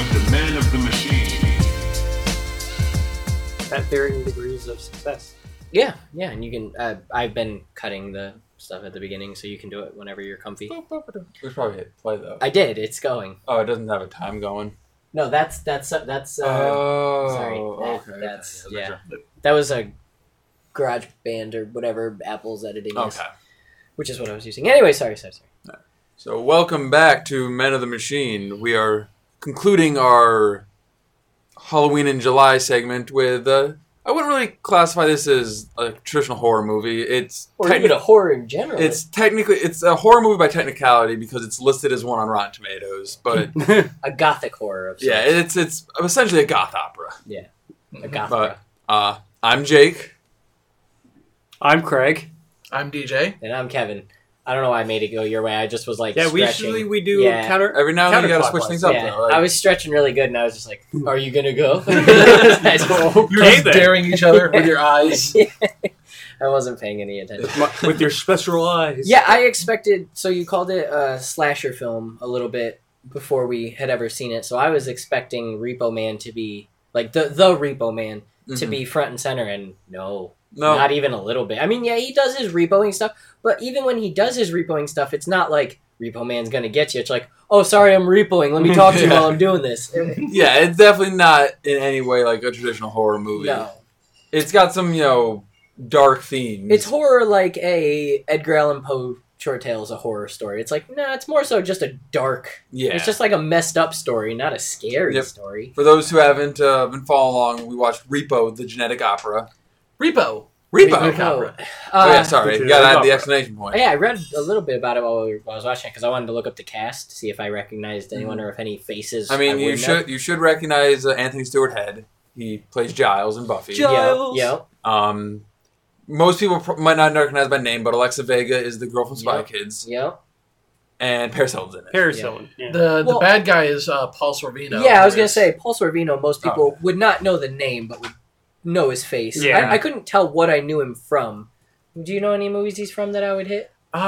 of the machine. at varying degrees of success. Yeah, yeah, and you can. Uh, I've been cutting the stuff at the beginning, so you can do it whenever you're comfy. We should probably hit play though. I did. It's going. oh, it doesn't have a time going. No, that's that's that's. Uh, oh, sorry, that- okay. that's- okay, yeah. That was a garage band or whatever Apple's editing gotcha. is, Okay. which is what I was using. Anyway, sorry, sorry, sorry. So welcome back to Men of the Machine. We are concluding our Halloween in July segment with. Uh, I wouldn't really classify this as a traditional horror movie. It's Or techni- even a horror in general. it's technically it's a horror movie by technicality because it's listed as one on Rotten Tomatoes, Hmm. but a gothic horror. Of yeah, sorts. it's it's essentially a goth opera. a gothic. But uh, I'm Jake. I'm Craig. I'm DJ. and I'm Kevin. I don't know why I made it go your way. I just was like, Yeah, we stretching. usually we do Yeah. counter. Every now and then you gotta switch Counterclockwise. things up. yeah, though. Like, I was stretching really good, and I was just like, "Are you gonna go?" I just- You're Okay just then. daring each other with your eyes. I wasn't paying any attention. My- with your special eyes. Yeah, I expected. So you called it a slasher film a little bit before we had ever seen it. So I was expecting Repo Man to be like the the Repo Man to Mm-hmm. mhm. be front and center, and no, no, not even a little bit. I mean, yeah, he does his repoing stuff, but even when he does his repoing stuff, it's not like Repo Man's gonna get you. It's like, oh, sorry, I'm repoing. Let me talk to you Yeah. while I'm doing this. It- yeah, it's definitely not in any way like a traditional horror movie. no, It's got some, you know, dark themes. it's horror like a Edgar Allan Poe short tale is a horror story. It's like, nah, it's more so just a dark yeah. It's just like a messed up story, not a scary Yep. story. For those who haven't uh, been following along, we watched Repo, the genetic opera. Repo. Repo. Repo. Oh, opera. oh yeah, uh, sorry. The You gotta genetic add the opera. explanation point. yeah, I read a little bit about it while, we were, while I was watching it because I wanted to look up the cast to see if I recognized anyone or if any faces. Mm-hmm. I mean, you wouldn't should have. you should recognize uh, Anthony Stewart Head. He plays Giles in Buffy. Giles. Yeah, yeah. Um, most people pr- might not recognize by name, but Alexa Vega is the girl from Spy Yep. Kids, yeah. and Paris Hilton's in it. Parasailing. Yeah. The the Well- bad guy is uh, Paul Sorvino. yeah, I was who gonna is- say Paul Sorvino. Most Oh, people would not know the name, but would know his face. Yeah. I, I couldn't tell what I knew him from. Do you know any movies he's from that I would hit? Uh, I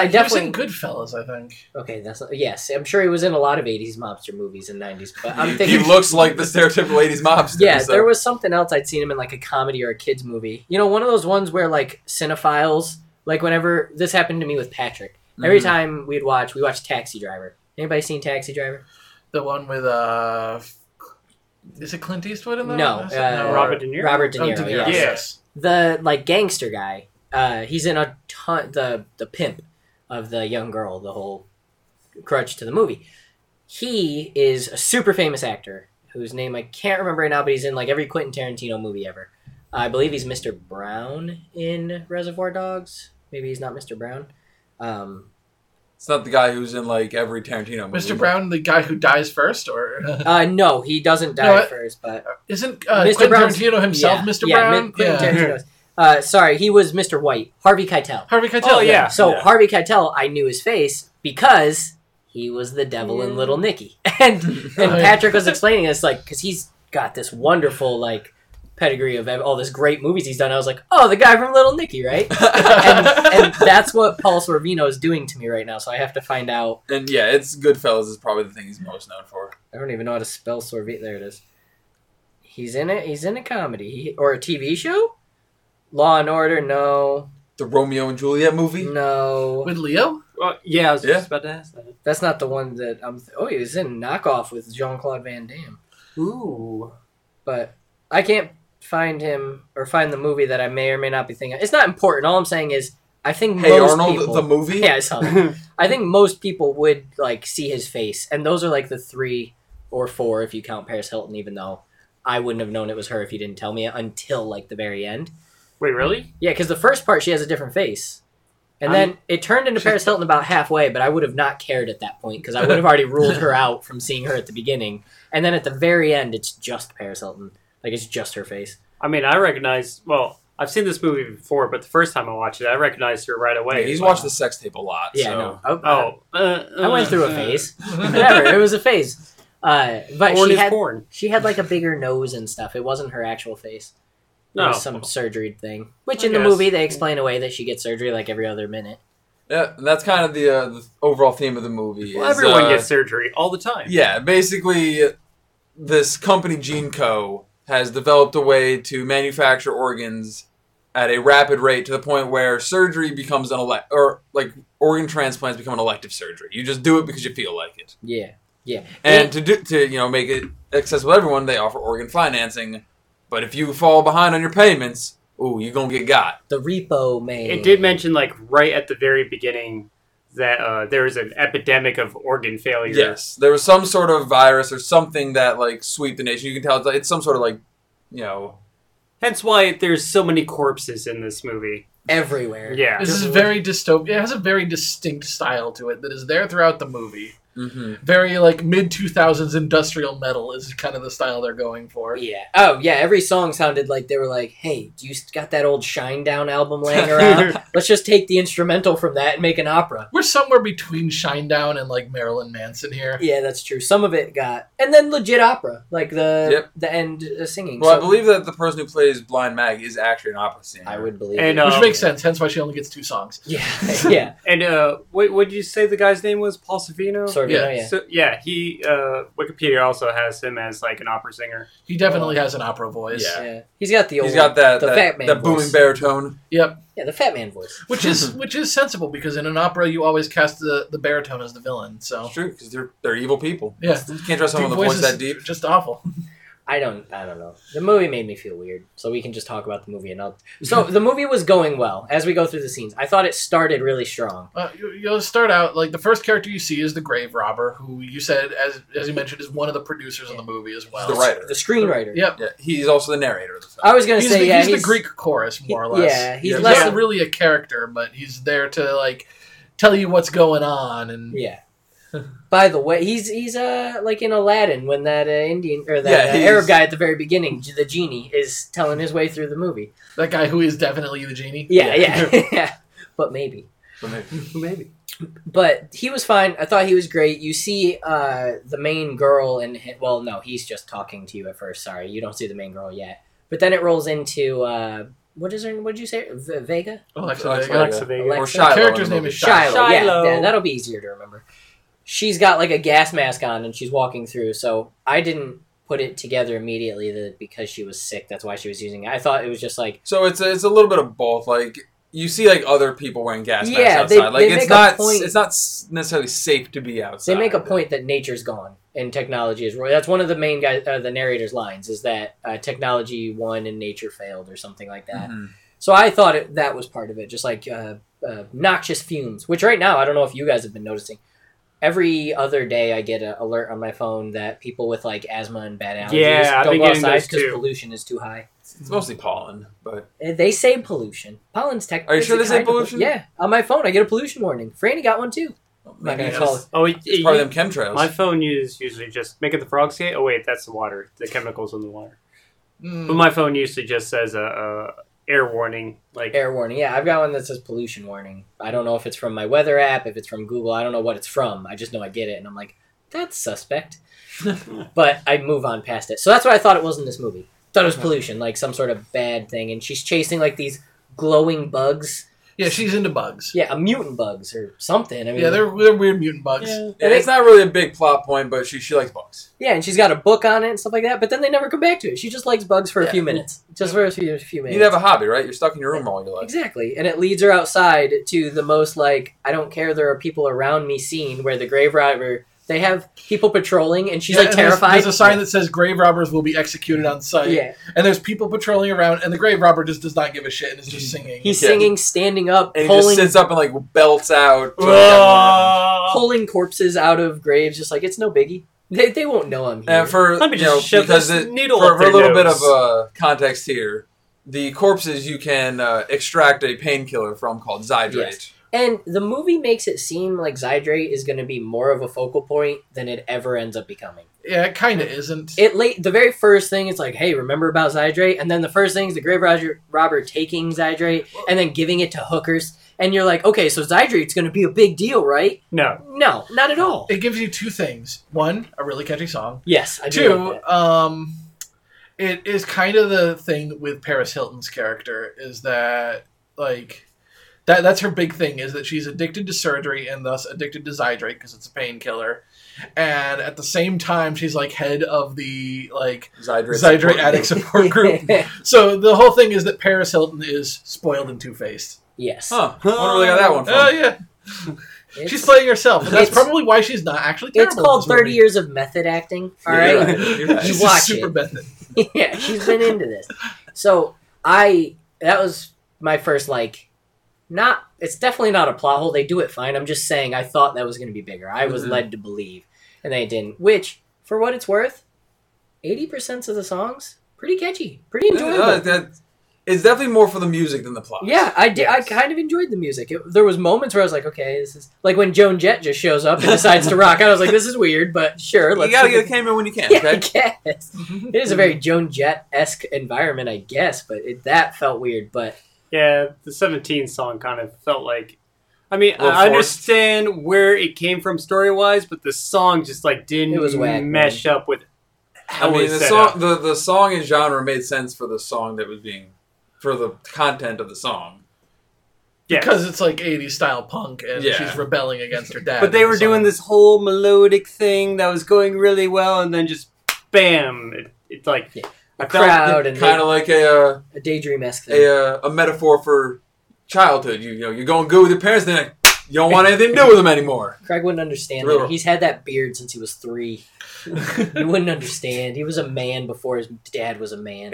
I definitely definitely- Goodfellas. I think. Okay, that's not, yes. I'm sure he was in a lot of '80s mobster movies and '90s, but he, I'm thinking he looks like the stereotypical 80s mobster. Yeah, so- there was something else I'd seen him in like a comedy or a kids movie. You know, one of those ones where like cinephiles, like whenever this happened to me with Patrick, every Mhm. time we'd watch, we watched Taxi Driver. Anybody seen Taxi Driver? The one with uh, is it Clint Eastwood in that? No, one? Is it- uh, no. Robert De Niro. Robert De Oh, Niro. De Niro. Yeah. yes. Yes. The like gangster guy. Uh, he's in a ton. The the pimp of the young girl. The whole crutch to the movie. He is a super famous actor whose name I can't remember right now, but he's in like every Quentin Tarantino movie ever. I believe he's Mr. Brown in Reservoir Dogs. Maybe he's not Mr. Brown. Um, It's not the guy who's in like every Tarantino movie. Mr. Brown, the guy who dies first, or uh, no, he doesn't die No, I- first, but isn't uh, Mr. Quentin Brown's- Tarantino himself yeah, Mr. yeah, Brown? Mi- Quentin Tarantino's. Uh, sorry, he was Mr. White, Harvey Keitel. Harvey Keitel. Oh, yeah. So Yeah. Harvey Keitel, I knew his face because he was the devil in Little Nicky, and and Right. Patrick was explaining this like because he's got this wonderful like pedigree of all this great movies he's done. I was like, oh, the guy from Little Nicky, right? and, and that's what Paul Sorvino is doing to me right now. So I have to find out. And yeah, it's Goodfellas is probably the thing he's most known for. I don't even know how to spell Sorvino. There it is. He's in it. He's in a comedy he, or a TV show. Law and Order, no, The Romeo and Juliet Mm, movie. no, With Leo. Well, yeah, I was Yeah. just about to ask that. that's not the one that I'm. Th- oh, he was in Knockoff with Jean Claude Van Damme. Ooh. but I can't find him or find the movie that I may or may not be thinking. It's not important. All I'm saying is I think Hey most Arnold, people. the movie. yeah, I saw that. I think most people would like see his face, and those are like the three or four if you count Paris Hilton. Even though I wouldn't have known it was her if you didn't tell me it until like the very end. Wait, really? Yeah, because the first part she has a different face. And I'm- then it turned into Paris Hilton about halfway, but I would have not cared at that point because I would have already ruled her out from seeing her at the beginning. And then at the very end, it's just Paris Hilton. Like, it's just her face. I mean, I recognize. Well, I've seen this movie before, but the first time I watched it, I recognized her right away. Yeah, he's watched the sex tape a lot. Yeah, so. no. I, I- Oh, uh, I went through a uh, phase. Whatever, it was a phase. Uh, but Porn she is had, porn. she had, like, a bigger nose and stuff. It wasn't her actual face. It No. was some surgery thing. Which I in the guess. movie, they explain away that she gets surgery, like, every other minute. Yeah, and that's kind of the, uh, the overall theme of the movie. Well, is, everyone uh, gets surgery all the time. Yeah, basically, this company Gene Co has developed a way to manufacture organs at a rapid rate to the point where surgery becomes an elect or like organ transplants become an elective surgery. You just do it because you feel like it. Yeah, yeah. And to do to you know make it accessible to everyone, they offer organ financing. But if you fall behind on your payments, ooh, you're gonna get got. the repo man. It did mention like right at the very beginning that uh, there is an epidemic of organ failure. Yes, there was some sort of virus or something that like sweep the nation. You can tell it's, like, it's some sort of like you know Hence why there's so many corpses in this movie. everywhere. Yeah. This is very dystopian. It has a very distinct style to it that is there throughout the movie. mm-hmm. Very like mid two thousands industrial metal is kind of the style they're going for. Yeah. Oh, yeah. Every song sounded like they were like, "Hey, do you s- got that old Shine Down album laying around? Let's just take the instrumental from that and make an opera." We're somewhere between Shinedown and like Marilyn Manson here. Yeah, that's true. Some of it got, and then legit opera, like the Yep. the end uh, singing. Well, I So- believe that the person who plays Blind Mag is actually an opera singer. I would believe. And, it. uh, Oh. Which Um, makes sense, hence why she only gets two songs. yeah, yeah. And uh, what what did you say the guy's name was? Paul Savino. Sort of, Yeah. yeah. yeah. So yeah, he uh, Wikipedia also has him as like an opera singer. He definitely has an opera voice. Yeah. oh, He's got the old. He's got that the that, fat man that booming voice. baritone. Yep. Yeah, the fat man voice. Which is which is sensible because in an opera you always cast the, the baritone as the villain. So It's true because they're they're evil people. Yeah. you can't trust someone Deep with a voice voices, that deep. Just awful. I don't. I don't know. The movie made me feel weird, so we can just talk about the movie and I'll. So the movie was going well as we go through the scenes. I thought it started really strong. Uh, you, you'll start out like the first character you see is the grave robber, who you said as as you mentioned is one of the producers of the movie as well. the writer. The screenwriter. Yep. Yeah, he's also the narrator of the film. I was gonna He's, say the, yeah. he's, the Greek chorus, more or he- less. Yeah, he's Yeah. he's less. not really a character, but he's there to like tell you what's going on. And Yeah. By the way, he's he's uh like in Aladdin when that uh, Indian or that Yeah, uh, he's- Arab guy at the very beginning, the genie, is telling his way through the movie. that guy who is definitely the genie. Yeah, yeah, yeah. But maybe. Maybe. But he was fine. I thought he was great. You see uh, the main girl and hi- well, no, he's just talking to you at first. Sorry, you don't see the main girl yet. But then it rolls into uh, what is her? What did you say? V- Vega. Alexa, Alexa Vega. Alexa Vega. Alexa. or Shiloh. The character's in the name movie. is Shiloh. Shiloh. Yeah, Shiloh. yeah, that'll be easier to remember. She's got like a gas mask on and she's walking through, so I didn't put it together immediately that because she was sick, that's why she was using it. I thought it was just like So it's a, it's a little bit of both. Like you see, like other people wearing gas masks Yeah, outside. they- like they it's make a not point- it's not s- necessarily safe to be outside. they make a point that nature's gone and technology is that's one of the main guys uh, the narrator's lines is that uh, technology won and nature failed or something like that. Mhm. So I thought it, that was part of it, just like uh, uh, noxious fumes. Which right now, I don't know if you guys have been noticing. Every other day, I get an alert on my phone that people with like asthma and bad allergies Yeah, I've don't been go getting outside those because too. pollution is too high. It's mostly pollen, but Uh, They say pollution. Pollen's technically. Are you sure it's a they say kind of- pollution? Yeah, on my phone, I get a pollution warning. Franny got one too. Not maybe gonna it's, call it's Oh, it, part you- of them chemtrails. my phone is usually just make it the frog skate. Oh wait, that's the water. The chemicals in the water. But Mm. my phone usually just says a uh, uh, air warning. Like Air warning. Yeah, I've got one that says pollution warning. I don't know if it's from my weather app, if it's from Google. I don't know what it's from. I just know I get it, and I'm like, that's suspect. but I move on past it. So that's what I thought it was in this movie. Thought it was pollution, like some sort of bad thing. And she's chasing like these glowing bugs. Yeah, she's into bugs. Yeah, a mutant bugs or something. I mean, Yeah, they're, they're weird mutant bugs. Yeah. and it's not really a big plot point, but she she likes bugs. yeah, and she's got a book on it and stuff like that. But then they never come back to it. She just likes bugs for a Yeah. few minutes, just for a few, a few minutes. You'd have a hobby, right? You're stuck in your room all your life. Exactly. And it leads her outside to the most like I don't care there are people around me scene where the grave robber they have people patrolling and she's Yeah, like and there's- terrified. There's, a sign that says grave robbers will be executed on site. Yeah. And there's people patrolling around, and the grave robber just does not give a shit and is just singing. He's Yeah. singing standing up, And he just pulling sits up and like belts out. to, like, everyone. Whoa. pulling corpses out of graves just like it's no biggie. They, they won't know I'm here. And for Let me you just know, shove because this it, needle for, up for their a little bit of nose. uh, context here, the corpses you can uh, extract a painkiller from called Zydrate. Yes. and the movie makes it seem like Zydrate is going to be more of a focal point than it ever ends up becoming. yeah, it kind of isn't. It late the very first thing it's like, "Hey, remember about Zydrate?" And then the first thing is the grave robber, robber taking Zydrate and then giving it to hookers. And you're like, "Okay, so Zydrate's going to be a big deal, right?" No, No, not at all. it gives you two things. One, a really catchy song. Yes, I do. like Two, that. um, it is kind of the thing with Paris Hilton's character is that like that that's her big thing is that she's addicted to surgery and thus addicted to Zydrate because it's a painkiller, and at the same time she's like head of the like Zydrate. Zydrate addict support group. So the whole thing is that Paris Hilton is spoiled and two faced. yes. Huh. I wonder where they got that one from. Oh yeah, It's- she's playing herself, and that's It's- probably why she's not actually. Terrible It's called in this Thirty movie. Years of Method Acting. All Yeah, right, you're right. You're right. You She's watch just super it. Bethany. yeah, she's been into this. So I that was my first like not it's definitely not a plot hole. They do it fine. I'm just saying I thought that was gonna be bigger. I was Mhm. led to believe. And they didn't. Which, for what it's worth, eighty percent of the songs, pretty catchy. Pretty enjoyable. Uh, that- it's definitely more for the music than the plot. Yeah, I did. Yes. I kind of enjoyed the music. It, there was moments where I was like, "Okay, this is like when Joan Jett just shows up and decides to rock." I was like, "This is weird, but sure, You let's." gotta get a cameo when you can, yeah, I okay? Mm-hmm. guess it is a very Joan Jett esque environment, I guess. But it, that felt weird. But Yeah, the 17 song kind of felt like. I mean, A little I forced. understand where it came from story wise, but the song just like didn't It was whack, mesh up with how I mean, it the was set song, up. the, the song and genre made sense for the song that was being, for the content of the song. Yeah. because it's like 80s style punk and Yeah. she's rebelling against her dad. But they in the were song. doing this whole melodic thing that was going really well, and then just bam! It, it's like Yeah. I felt crowd and Kind of like a, uh, a daydream esque thing. a, uh, a metaphor for childhood. You, you know, you're going good with your parents, then like, you don't want anything to do with them anymore. Craig wouldn't understand Real. that. He's had that beard since he was three. he wouldn't understand. He was a man before his dad was a man.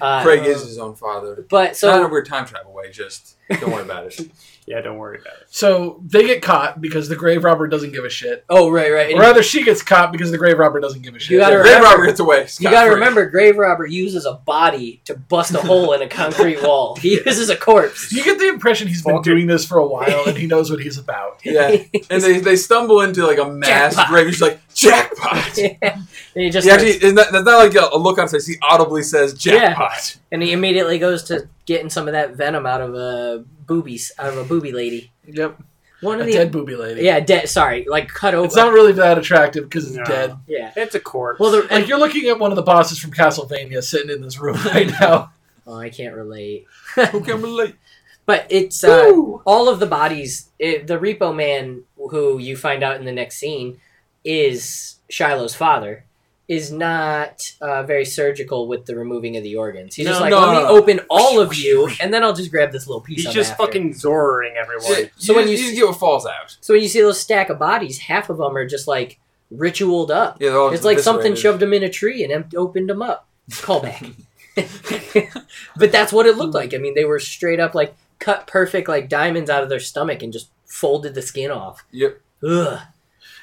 Uh, Craig is his own father. But So, Not in a so weird time travel way, just don't worry about it. yeah, don't worry about it. So they get caught because the grave robber doesn't give a shit. oh right right. Or rather, she gets caught because the grave robber doesn't give a shit. You gotta Red remember- Robber gets away. You scot-free. gotta remember, Grave Robber uses a body to bust a hole in a concrete wall. He uses a corpse. You get the impression he's been Fuck it. doing this for a while and he knows what he's about. Yeah. And they, they stumble into like a mass Jackpot. grave. She's like, jackpot! Yeah. And he just He actually, starts- is that, that's not like a, a look on his face. He audibly says jackpot. and he immediately goes to getting some of that venom out of a boobies out of a booby lady. Yep. One A of the dead booby lady. yeah dead. Sorry, like cut over. It's not really that attractive because it's No. dead. yeah. It's a corpse. Well, the, Like you're looking at one of the bosses from Castlevania sitting in this room right now. oh, I can't relate. Who can relate? But it's uh, Woo! all of the bodies. It, the repo man, who you find out in the next scene, is Shiloh's father. Is not uh, very surgical with the removing of the organs. He's just No, like, no, let me no. open all of you, and then I'll just grab this little piece. he's I'm just after." fucking zoring everyone. So So when you, when you, you just see- get what falls out. So when you see those stack of bodies, half of them are just like ritualed up. Yeah, they're all It's like something eviscerated. shoved them in a tree and em- opened them up. Callback. but that's what it looked like. I mean, they were straight up like cut perfect like diamonds out of their stomach and just folded the skin off. Yep. Ugh.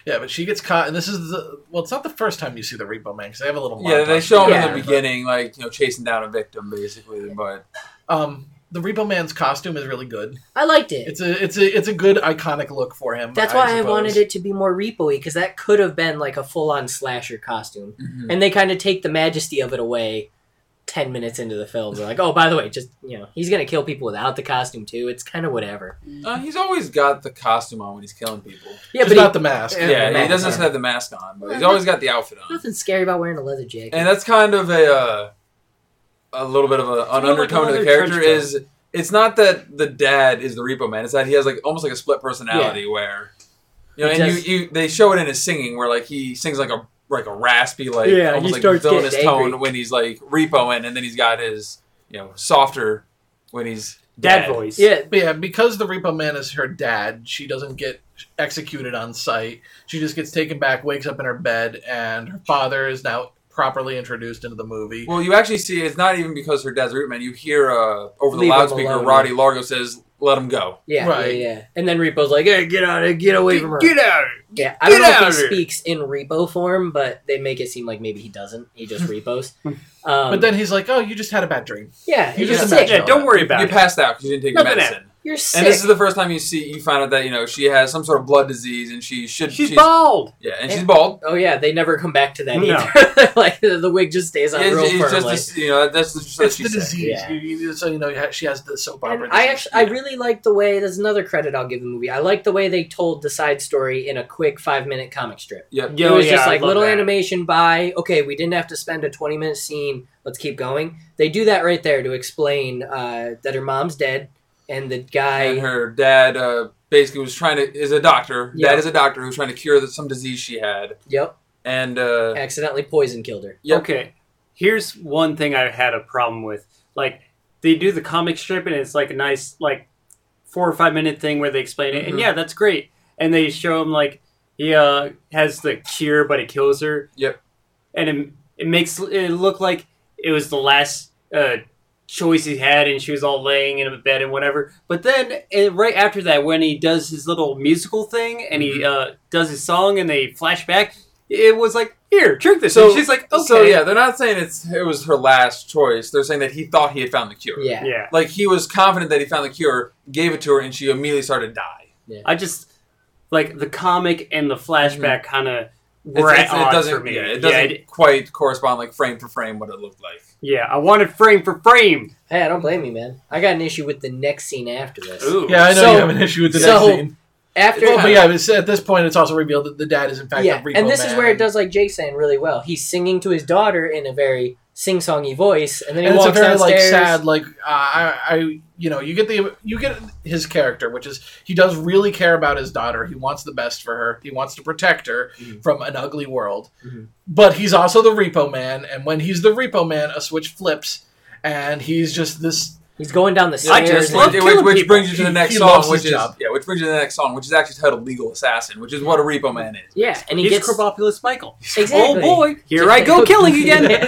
Yeah, but she gets caught, and this is the well. It's not the first time you see the Repo Man because they have a little. Yeah, they montage show him Yeah. in the but- beginning, like you know, chasing down a victim, basically. But Um, the Repo Man's costume is really good. I liked it. It's a it's a it's a good iconic look for him. that's why I wanted it to be more repo-y because that could have been like a full-on slasher costume, and they kind of take the majesty of it away. Ten minutes into the film, they're like, "Oh, by the way, just you know, he's gonna kill people without the costume too. It's kind of whatever." uh, he's always got the costume on when he's killing people. Yeah, but but not he, the mask. Yeah, Yeah, the he mask doesn't on. just have the mask on, but he's always got the outfit on, nothing scary about wearing a leather jacket. and that's kind of a uh, a little bit of a, an more like undertone to the another character. trench coat. Is it's not that the dad is the repo man; it's that he has like almost like a split personality where you know, He and does- you, you they show it in his singing where like he sings like a like a raspy like Yeah, he almost like starts villainous getting angry. tone when he's like repoing, and then he's got his you know softer when he's Dad voice. yeah, But yeah, because the Repo Man is her dad, she doesn't get executed on sight. She just gets taken back, wakes up in her bed, and her father is now properly introduced into the movie. Well, you actually see it's not even because her dad's a root man. You hear uh, over the Leave him loudspeaker, alone. Roddy Largo says, "Let him go." yeah, Right. yeah, yeah. And then Repo's like, "Hey, get out, of, get away from her." Get out! yeah, I don't get know out if of he here. speaks in Repo form, but they make it seem like maybe he doesn't. He just repos. Um, but then he's like, "Oh, you just had a bad dream." yeah, you you're just just imagine sick. Yeah, don't worry You about it. passed out because you didn't take your Nothing medicine. You're sick. And this is the first time you see you find out that you know she has some sort of blood disease, and she should. She's bald. Yeah, and Yeah. she's bald. Oh yeah, they never come back to that No. either. like the, the wig just stays on It's, real it's firmly. just a, you know that's just what It's she the said. disease. Yeah. You, you, so you know ha- she has the soap And opera. I disease. actually, I really like the way. There's another credit I'll give the movie. I like the way they told the side story in a quick five minute comic strip. Yep. it Yo, was yeah, just I like love little that. animation by okay we didn't have to spend a 20 minute scene let's keep going they do that right there to explain uh, that her mom's dead and the guy And her dad uh, basically was trying to is a doctor. Yeah. Dad is a doctor who's trying to cure some disease she had, Yep. and uh, Accidentally poison killed her. Yep. Okay, here's one thing I had a problem with. Like they do the comic strip, and it's like a nice like four or five minute thing where they explain it, and Mhm. yeah, that's great. And they show him like he uh, has the cure, but it kills her. Yep. And it, it makes it look like it was the last uh, choice he had, and she was all laying in a bed and whatever. But then eh, right after that, when he does his little musical thing and he Mm-hmm. uh, does his song, and they flash back. It was like here, drink this. So- and she's like, okay, so yeah, they're not saying it's it was her last choice. They're saying that he thought he had found the cure. Yeah. yeah. Like he was confident that he found the cure, gave it to her, and she immediately started to die. I just like the comic and the flashback kind of Mm-hmm. It's- were it's- at odds it doesn't, for me. Yeah, it doesn't it- quite correspond like frame for frame what it looked like. yeah, I wanted frame for frame. Hey, I don't blame you, man. I got an issue with the next scene after this. Ooh. Yeah, I know So- you have an issue with the so- next scene. After Well, but yeah, it's, at this point, it's also revealed that the dad is in fact yeah, a repo and this man. is where it does like Jake's saying really well. He's singing to his daughter in a very sing-songy voice, and then he And it's a walks very like downstairs. sad, like uh, I, I, you know, you get the you get his character, which is he does really care about his daughter. He wants the best for her. He wants to protect her Mhm. from an ugly world. Mhm. But he's also the repo man, and when he's the repo man, a switch flips, and he's just this He's going down the I stairs. just Which- love which, killing which people. brings you to the He- next he song, loves his which is job. yeah, which brings you to the next song, which is actually titled "Legal Assassin," which is what a repo man is. yeah, and he He's gets Kropopulous Michael. Oh Exactly. boy, here I go killing again.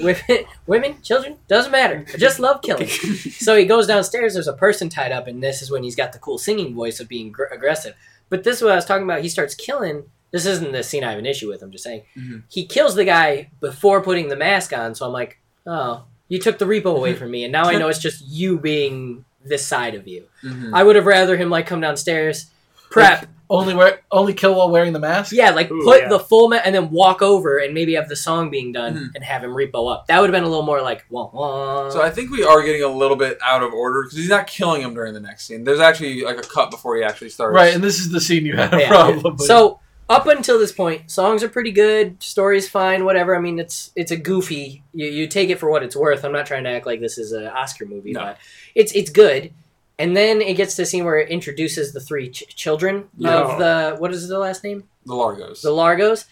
Women, women, children, doesn't matter. I just love killing. so he goes downstairs. There's a person tied up, and this is when he's got the cool singing voice of being gr- aggressive. But this is what I was talking about. He starts killing. This isn't the scene I have an issue with. I'm just saying Mm-hmm. Mhm. he kills the guy before putting the mask on. So I'm like, oh, you took the repo away from me, and now I know it's just you being this side of you. Mm-hmm. I would have rather him like come downstairs, prep, only wear only kill while wearing the mask. yeah, like Ooh, put yeah. the full ma- and then walk over and maybe have the song being done Mm-hmm. Mhm. and have him repo up. That would have been a little more like wah wah. So I think we are getting a little bit out of order because he's not killing him during the next scene. There's actually like a cut before he actually starts. right. And this is the scene you had a Yeah. problem. with. So, up until this point, songs are pretty good, story's fine, whatever. I mean, it's it's a goofy. You, you take it for what it's worth. I'm not trying to act like this is an Oscar movie, No. but it's it's good. And then it gets to the scene where it introduces the three ch- children Yeah. of the what is the last name? the Largos. the Largos,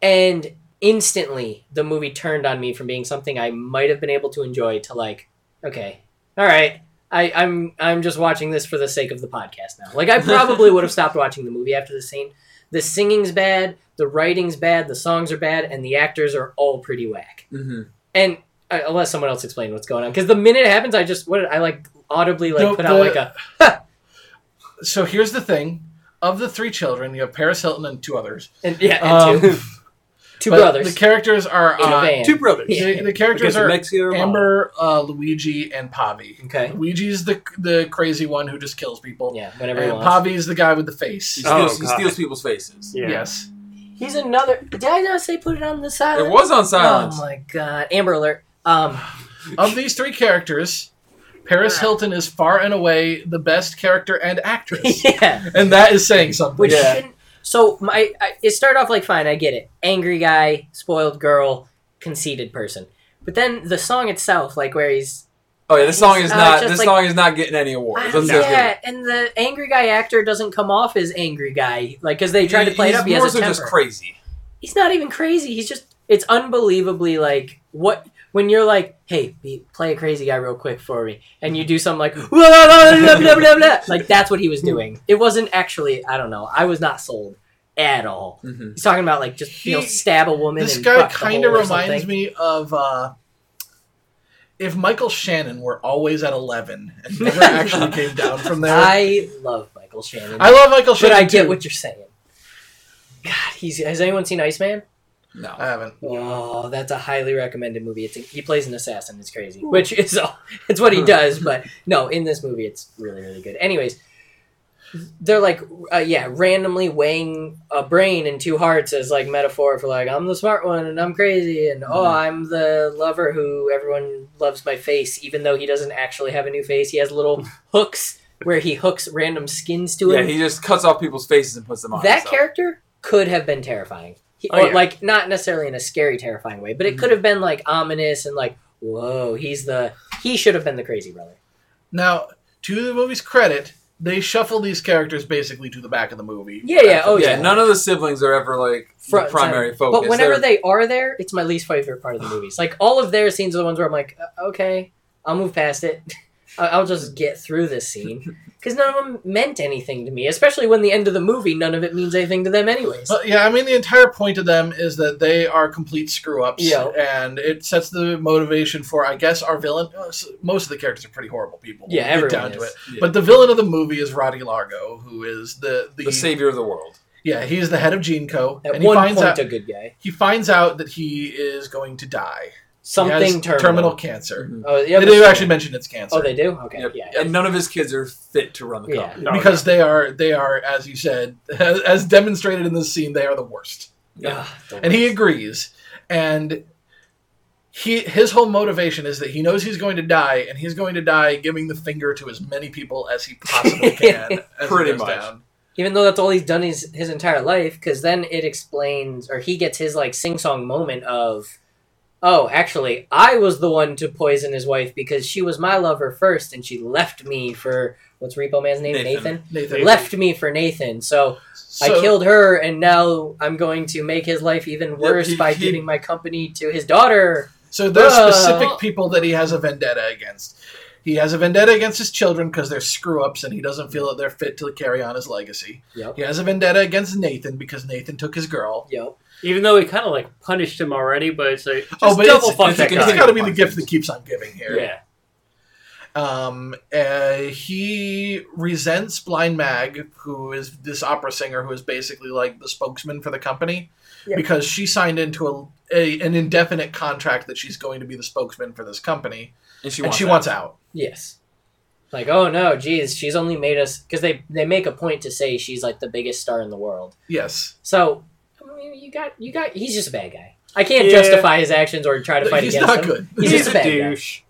and instantly the movie turned on me from being something I might have been able to enjoy to like, okay, all right, I, I'm I'm just watching this for the sake of the podcast now. Like I probably would have stopped watching the movie after this scene. The singing's bad, the writing's bad, the songs are bad, and the actors are all pretty whack. hmm And uh, unless someone else explain what's going on, because the minute it happens, I just what I like audibly like No, put out the- like a so here's the thing: of the three children, you have Paris Hilton and two others. and, yeah and two, Um, two but brothers The characters are in a uh, van. Two brothers. Yeah. the, the characters Because are Mexico or Mama. Amber, uh, Luigi, and Pavi. okay, Luigi's the the crazy one who just kills people. yeah, whenever he And wants. Pavi's the guy with the He face. Oh, steals, he God. steals people's faces. Yeah. Yes. He's another. Did I not say put it on the silent? It was on silence. Oh my god! Amber Alert. Um, Of these three characters, Paris Hilton is far and away the best character and actress. yeah. and that is saying something. Which Yeah. shouldn't. So my I, it started off like fine. I get it. Angry guy, spoiled girl, conceited person. But then the song itself, like where he's Oh yeah, this song is Uh, not just this like- song is not getting any awards. Let's just get yeah, and the angry guy actor doesn't come off as angry guy, like because they tried to play he's it up. He more has a so temper. just crazy. he's not even crazy. He's just it's unbelievably like what when you're like, hey, be, play a crazy guy real quick for me, and you do something like "Wah, blah, blah, blah, blah, blah, blah." like that's what he was doing. It wasn't actually. I don't know. I was not sold at all. Mhm. He's talking about like just you know He- stab a woman. This and guy kind kind of reminds me of uh, if Michael Shannon were always at 11 and never actually came down from there. I, I love Michael Shannon, love Michael but Shannon. I get too. what you're saying. God, he's has anyone seen Iceman? No. Uh, I haven't. Oh, that's a highly recommended movie. It's he plays an assassin. It's crazy, which is all, it's what he does. But no, in this movie, it's really really good. Anyways, they're like uh, yeah, randomly weighing a brain and two hearts as like metaphor for like I'm the smart one and I'm crazy and oh Mhm. I'm the lover who everyone loves my face even though he doesn't actually have a new face. He has little hooks where he hooks random skins to Yeah, him he just cuts off people's faces and puts them on. that himself. character could have been terrifying He- Oh, or yeah. like not necessarily in a scary terrifying way but it Mm-hmm. Mhm. could have been like ominous and like whoa he's the he should have been the crazy brother Now, to the movie's credit, they shuffle these characters basically to the back of the movie. Yeah, yeah, oh yeah, yeah. none of the siblings are ever like Front the primary Oh, focus. But whenever They're- they are there, it's my least favorite part of the movies. Like all of their scenes are the ones where I'm like, "Uh, okay, I'll move past it. I- I'll just get through this scene because none of them meant anything to me. Especially when the end of the movie, none of it means anything to them, anyways. But yeah, I mean the entire point of them is that they are complete screw ups, Yeah. and it sets the motivation for I guess our villain. uh, s- Most of the characters are pretty horrible people. when Yeah, we get everyone down to is. it. Yeah. But the villain of the movie is Roddy Largo, who is the the, the savior of the world. yeah he's the head of Gene Co. At and he one finds point, out a good guy. he finds out that he is going to die. He has Something terminal. cancer. Mhm. Oh, yeah, They but- do actually mention it's cancer. Oh, they do. Okay, Yep. yeah. And none of his kids are fit to run the Yeah. company. No, because they are they are as you said as, as demonstrated in this scene they are the worst Ugh, the and he worst. agrees and he his whole motivation is that he knows he's going to die and he's going to die giving the finger to as many people as he possibly can as he Pretty goes much. down. even though that's all he's done his his entire life, because then it explains, or he gets his like sing song moment of, oh, actually, I was the one to poison his wife because she was my lover first, and she left me for what's Repo Man's name, Nathan. Nathan. Nathan, Left me for Nathan, so, so I killed her, and now I'm going to make his life even worse he- by he- giving my company to his daughter. so there's Uh, specific people that he has a vendetta against he has a vendetta against his children because they're screw ups and he doesn't feel that they're fit to carry on his legacy. Yep. He has a vendetta against Nathan because Nathan took his girl. Yep. Even though we kind of like punished him already, but it's like just Oh, but double it's, fuck it's, that it's guy. got to be the Fuck gift him. that keeps on giving here. Yeah, Um, uh, he resents Blind Mag, who is this opera singer who is basically like the spokesman for the company, Yeah. because she signed into a, a an indefinite contract that she's going to be the spokesman for this company, And she and wants she out. wants out. Yes. Like, oh no, geez, she's only made us because they they make a point to say she's like the biggest star in the world. Yes, So I mean, you got you got. He's just a bad guy. I can't Yeah. justify his actions or try to fight he's against not him. good, He's he's just a a bad guy. douche.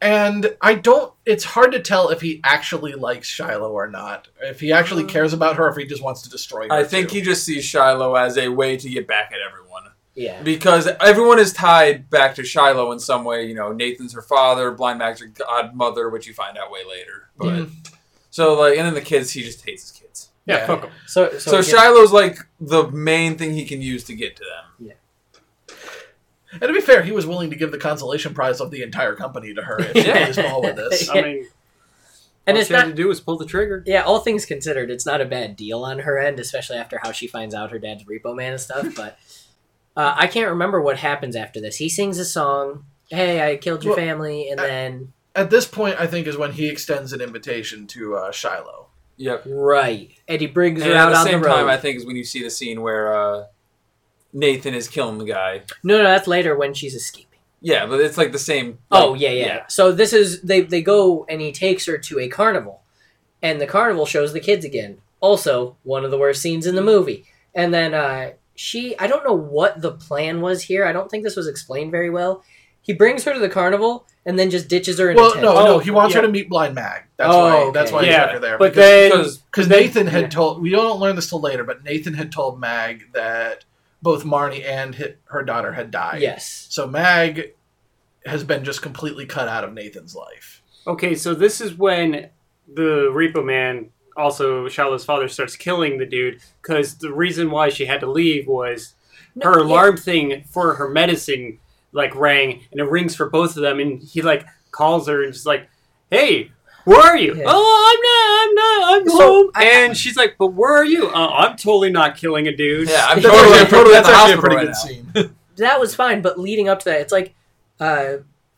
and I don't. It's hard to tell if he actually likes Shiloh or not, if he actually cares about her, if he just wants to destroy her. I think too. he just sees Shiloh as a way to get back at everyone. Yeah. Because everyone is tied back to Shiloh in some way. You know, Nathan's her father, Blind Mag's her godmother, which you find out way later. But so like, and then the kids, he just hates his kids. Yeah, Yeah. fuck him. So so, So, again- Shiloh's like the main thing he can use to get to them. And to be fair, he was willing to give the consolation prize of the entire company to her if she Yeah. plays ball with this. I mean, and all it's she had not. to do was pull the trigger. Yeah, all things considered, it's not a bad deal on her end, especially after how she finds out her dad's repo man and stuff. But uh, I can't remember what happens after this. He sings a song. Hey, I killed your Well, family, and I- then At this point, I think is when he extends an invitation to uh, Shiloh. Yep. right, Eddie Briggs And are at out the on same the road. time, I think is when you see the scene where uh, Nathan is killing the guy. No, no, that's later when she's escaping. Yeah, but it's like the same. Oh like, yeah, yeah, So this is they they go and he takes her to a carnival, and the carnival shows the kids again. Also, one of the worst scenes in the movie. And then uh, she, I don't know what the plan was here. I don't think this was explained very well. He brings her to the carnival and then just ditches her in a Well, tent. no, Oh, no, he wants yeah. her to meet Blind Mag. That's Oh, why. okay. That's why he Yeah, took her there. But because then Because because Nathan had yeah. told we don't learn this till later, but Nathan had told Mag that both Marnie and hi her daughter had died. Yes. So Mag has been just completely cut out of Nathan's life. Okay, so this is when the Repo Man, also Shiloh's father, starts killing the dude because the reason why she had to leave was No, her yeah. alarm thing for her medicine like rang and it rings for both of them and he like calls her and just like, hey. Where are you? Yeah. Oh, I'm not. I'm not. I'm So, home. I- and she's like, "But where are you? Uh, I'm totally not killing a dude." yeah, I'm That's actually- totally, I'm totally at that's the actually a hospital pretty right good now. scene. that was fine, but leading up to that, it's like uh,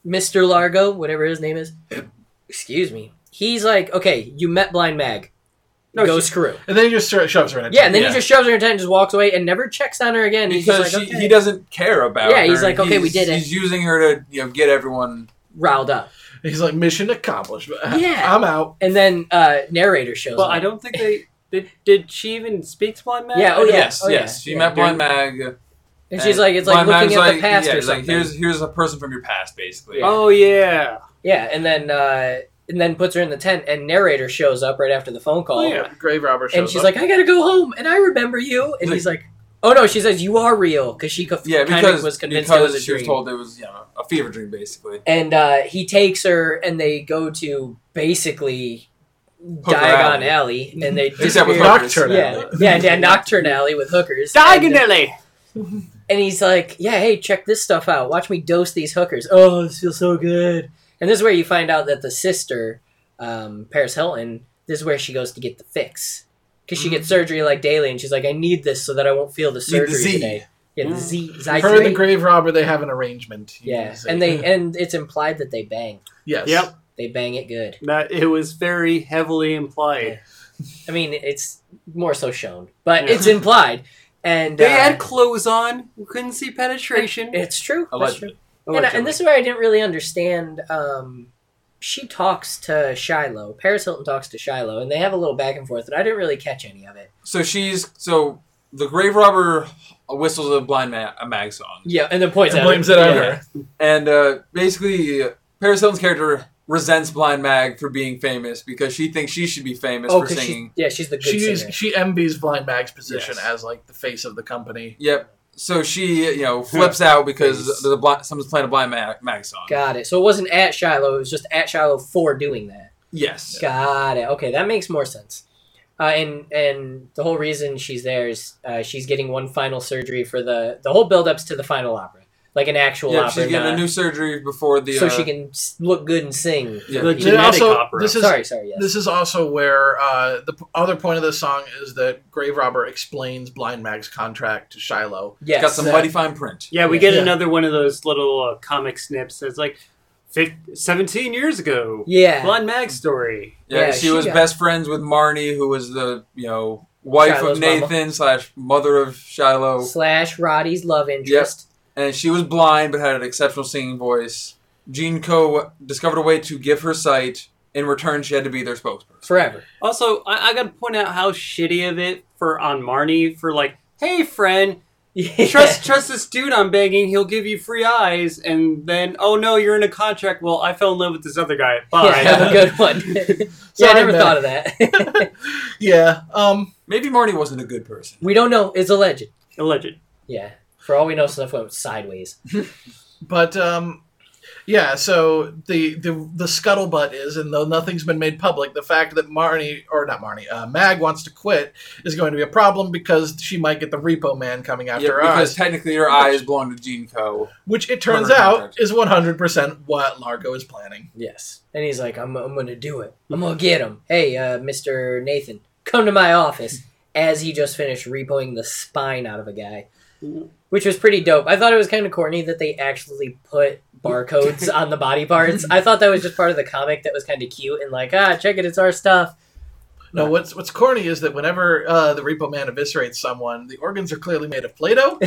Mr. Largo, whatever his name is. Excuse me. He's like, okay, you met Blind Mag. No, go she- screw. And then he just sho- shoves her in. A Yeah, and then Yeah. he just shoves her in a tent and just walks away and never checks on her again. he's because just like, she, okay. he doesn't care about. Yeah, her. he's like, okay, we He's- did it. He's using her to you know get everyone. riled up. He's like, mission accomplished. Yeah. I'm out. And then uh, narrator shows But up. I don't think they did. Did she even speak to Blind Man? Yeah, oh, I don't- yeah. yes, yes. yeah. She met Blind Mag. and she's like, it's like Blind looking at the Mag's past yeah, or it's like, something. here's here's a person from your past, basically. Yeah. Oh yeah. yeah, and then uh, and then puts her in the tent, and narrator shows up right after the phone call. Oh, yeah. Grave robber shows And she's up. like, I gotta go home, and I remember you. And Like- he's like, Oh no, she says you are real because she co- Yeah, kind of because was convinced because it was a she dream. was told it was you know, a fever dream, basically. and uh, he takes her, and they go to basically Hooker Diagon Alley. Alley, and they Except disappear- with Nocturnally. hookers. Nocturne yeah, Alley. yeah, yeah, Nocturne Alley with hookers. And, Diagonally. and he's like, "Yeah, hey, check this stuff out. Watch me dose these hookers. Oh, this feels so good." And this is where you find out that the sister, um, Paris Hilton, this is where she goes to get the fix because she gets surgery like daily, and she's like, "I need this so that I won't feel the Mm-hmm. Need the surgery Z. Mm. today." Yeah, the Z. Zydrate. Her and the grave robber, they have an arrangement. You yeah, see. and they and it's implied that they bang. yes, Yep. They bang it good. That it was very heavily implied. I mean, it's more so shown, but Yeah. it's implied. And They uh, had clothes on. We couldn't see penetration. It's true. That's true. Allegedly. And, I- and this is where I didn't really understand. Um, she talks to Shiloh. Paris Hilton talks to Shiloh, and they have a little back and forth, and I didn't really catch any of it. So she's so the grave robber whistles a blind man a mag song, Yeah, and then points And blames it on Yeah. her. and uh, basically uh, Paris Hilton's character resents blind mag for being famous because she thinks she should be famous Oh, for because singing. she's yeah, she's the good She's singer. she envies Blind Mag's position Yes. as like the face of the company. Yep. So she you know flips out because Please. the blind, someone's playing a blind mag, mag song. Got it. So it wasn't at Shiloh; it was just at Shiloh for doing that. Yes. Got it. Okay, that makes more sense. Uh, and and the whole reason she's there is uh, she's getting one final surgery for the the whole build-ups to the final opera, like an actual Yeah, opera, she's getting a not- new surgery before the. so uh, she can s- look good and sing. Yeah. the They genetic also- opera. this is- sorry, sorry, yes. This is also where uh, the p- other point of the song is that Grave Robber explains Blind Mag's contract to Shiloh. yes. got some that- mighty fine print. yeah, we Yeah. get Yeah. another one of those little uh, comic snips. That's like fif 17 years ago. yeah. Blind Mag story. Yeah, Yeah, she, she was got- best friends with Marnie, who was the you know wife Shiloh's of mama. Nathan slash mother of Shiloh, Slash Roddy's love interest. and she was blind but had an exceptional singing voice. Jean Co discovered a way to give her sight. In return, she had to be their spokesperson. Forever. Also, I, I gotta point out how shitty of it for on Marnie for like, hey friend, Yeah. trust trust this dude I'm begging, he'll give you free eyes, and then oh no, you're in a contract. Well, I fell in love with this other guy. Bye. Yeah, have a good one. yeah, I Sorry, never man. thought of that. Yeah. Um. Maybe Marnie wasn't a good person. we don't know. It's a legend. Alleged. Yeah. For all we know, stuff went sideways. But um. Yeah. So the the the scuttlebutt is, and though nothing's been made public, the fact that Marnie or not Marnie, uh, Mag wants to quit is going to be a problem because she might get the Repo Man coming after Yeah, her because eyes, technically her eyes belong to Jean Co. which it turns 100%. out is one hundred percent what Largo is planning. Yes. And he's like, I'm, I'm going to do it. I'm going to get him. Hey, uh, Mr. Nathan, come to my office. As he just finished repoing the spine out of a guy, which was pretty dope. I thought it was kind of corny that they actually put barcodes on the body parts. I thought that was just part of the comic that was kind of cute and like, ah, check it, it's our stuff. No, what's what's corny is that whenever uh, the Repo Man eviscerates someone, the organs are clearly made of Play-Doh.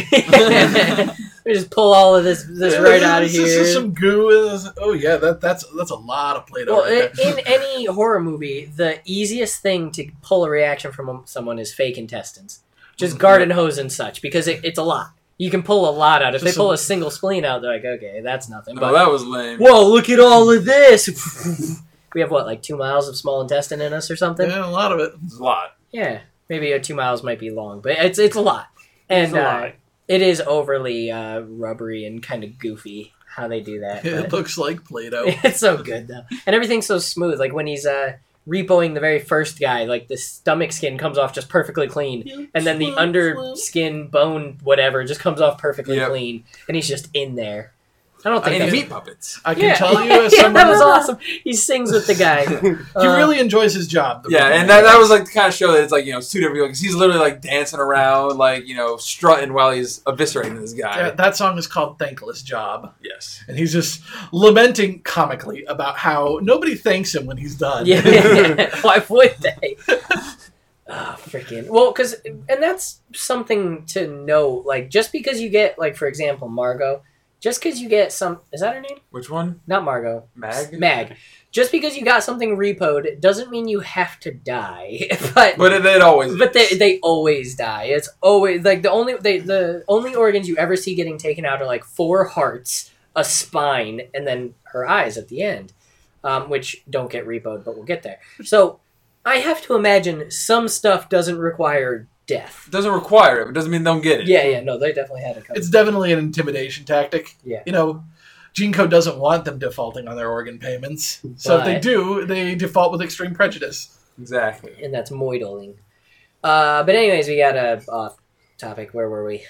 we just pull all of this this right out of This is here. some goo. This- Oh yeah, that, that's that's a lot of Play-Doh. Well, right i- there. in any horror movie, the easiest thing to pull a reaction from someone is fake intestines, just garden hose and such, because it, it's a lot. You can pull a lot out. If Just they pull some- a single spleen out, they're like, okay, that's nothing. No, But that was lame. whoa, look at all of this. we have what, like two miles of small intestine in us or something? Yeah, yeah, a lot of it. It was a lot. maybe uh, two miles might be long, but it's it's a lot, and It's a Uh, lie. it is overly uh, rubbery and kind of goofy how they do that. but- It looks like Play-Doh. it's so good though, and everything's so smooth. Like when he's uh repoing the very first guy, like the stomach skin comes off just perfectly clean, and then the under skin bone whatever just comes off perfectly Yep. clean, and he's just in there. I don't think And that's meat puppets. I can yeah. tell you, as Yeah, someone that was awesome. He sings with the guy. he Uh, really enjoys his job. the Yeah, Repo and that, Man. that was like the kind of show that it's like you know two different people because he's literally like dancing around, like you know strutting while he's eviscerating this guy. Yeah, that song is called "Thankless Job," Yes, and he's just lamenting comically about how nobody thanks him when he's done. Yeah, why would they? Ah, freaking. Well, because and that's something to note. Like, just because you get, like, for example, Margot, just because you get some, is that her name? which one? Not Margot. Mag. Mag. Just because you got something repoed doesn't mean you have to die. but But it, it always. but they they always die. It's always like the only they the only organs you ever see getting taken out are like four hearts, a spine, and then her eyes at the end, um, which don't get repoed, but we'll get there. So I have to imagine some stuff doesn't require death. doesn't require it. But doesn't mean they don't get it. Yeah, yeah, no, they definitely had it coming. it's definitely an intimidation tactic. Yeah. you know. Jinko doesn't want them defaulting on their organ payments, so if they But- do, they default with extreme prejudice. Exactly. and that's moidling. Uh, but anyways, we got a off topic. Where were we?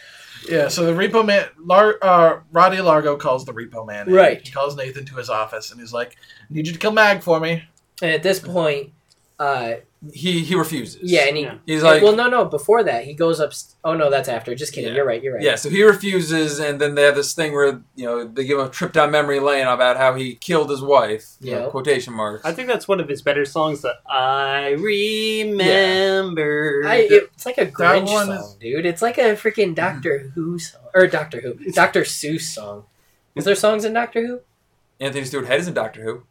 Yeah, so the repo man, Lar- uh, Roddy Largo calls the repo man. in. Right. He calls Nathan to his office and he's like, I need you to kill Mag for me. And at this point, uh, He he refuses. yeah, and he, Yeah. He's like, well, no, no. Before that, he goes up. Oh no, that's after. Just kidding. Yeah. You're right. You're right. yeah. So he refuses, and then they have this thing where you know they give him a trip down memory lane about how he killed his wife. you know, Yeah. Quotation marks. I think that's one of his better songs that I remember. I, it- it's like a Grinch one song, is- Mm. dude. It's like a freaking Doctor Who song or Doctor Who, Doctor Seuss song. Is there songs in Doctor Who? Anthony Stewart Head is in Doctor Who.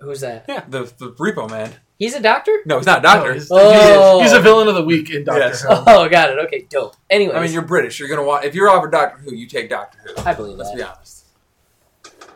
Who's that? The the Repo Man. He's a doctor. No, he's not a Doctor. No, he's, Oh. he's, a, he's a villain of the week in Doctor Yes. Who. Oh, got it. Okay, dope. Anyways, I mean, you're British. You're gonna want if you're offered Doctor Who, you take Doctor Who. I believe Let's that. be honest.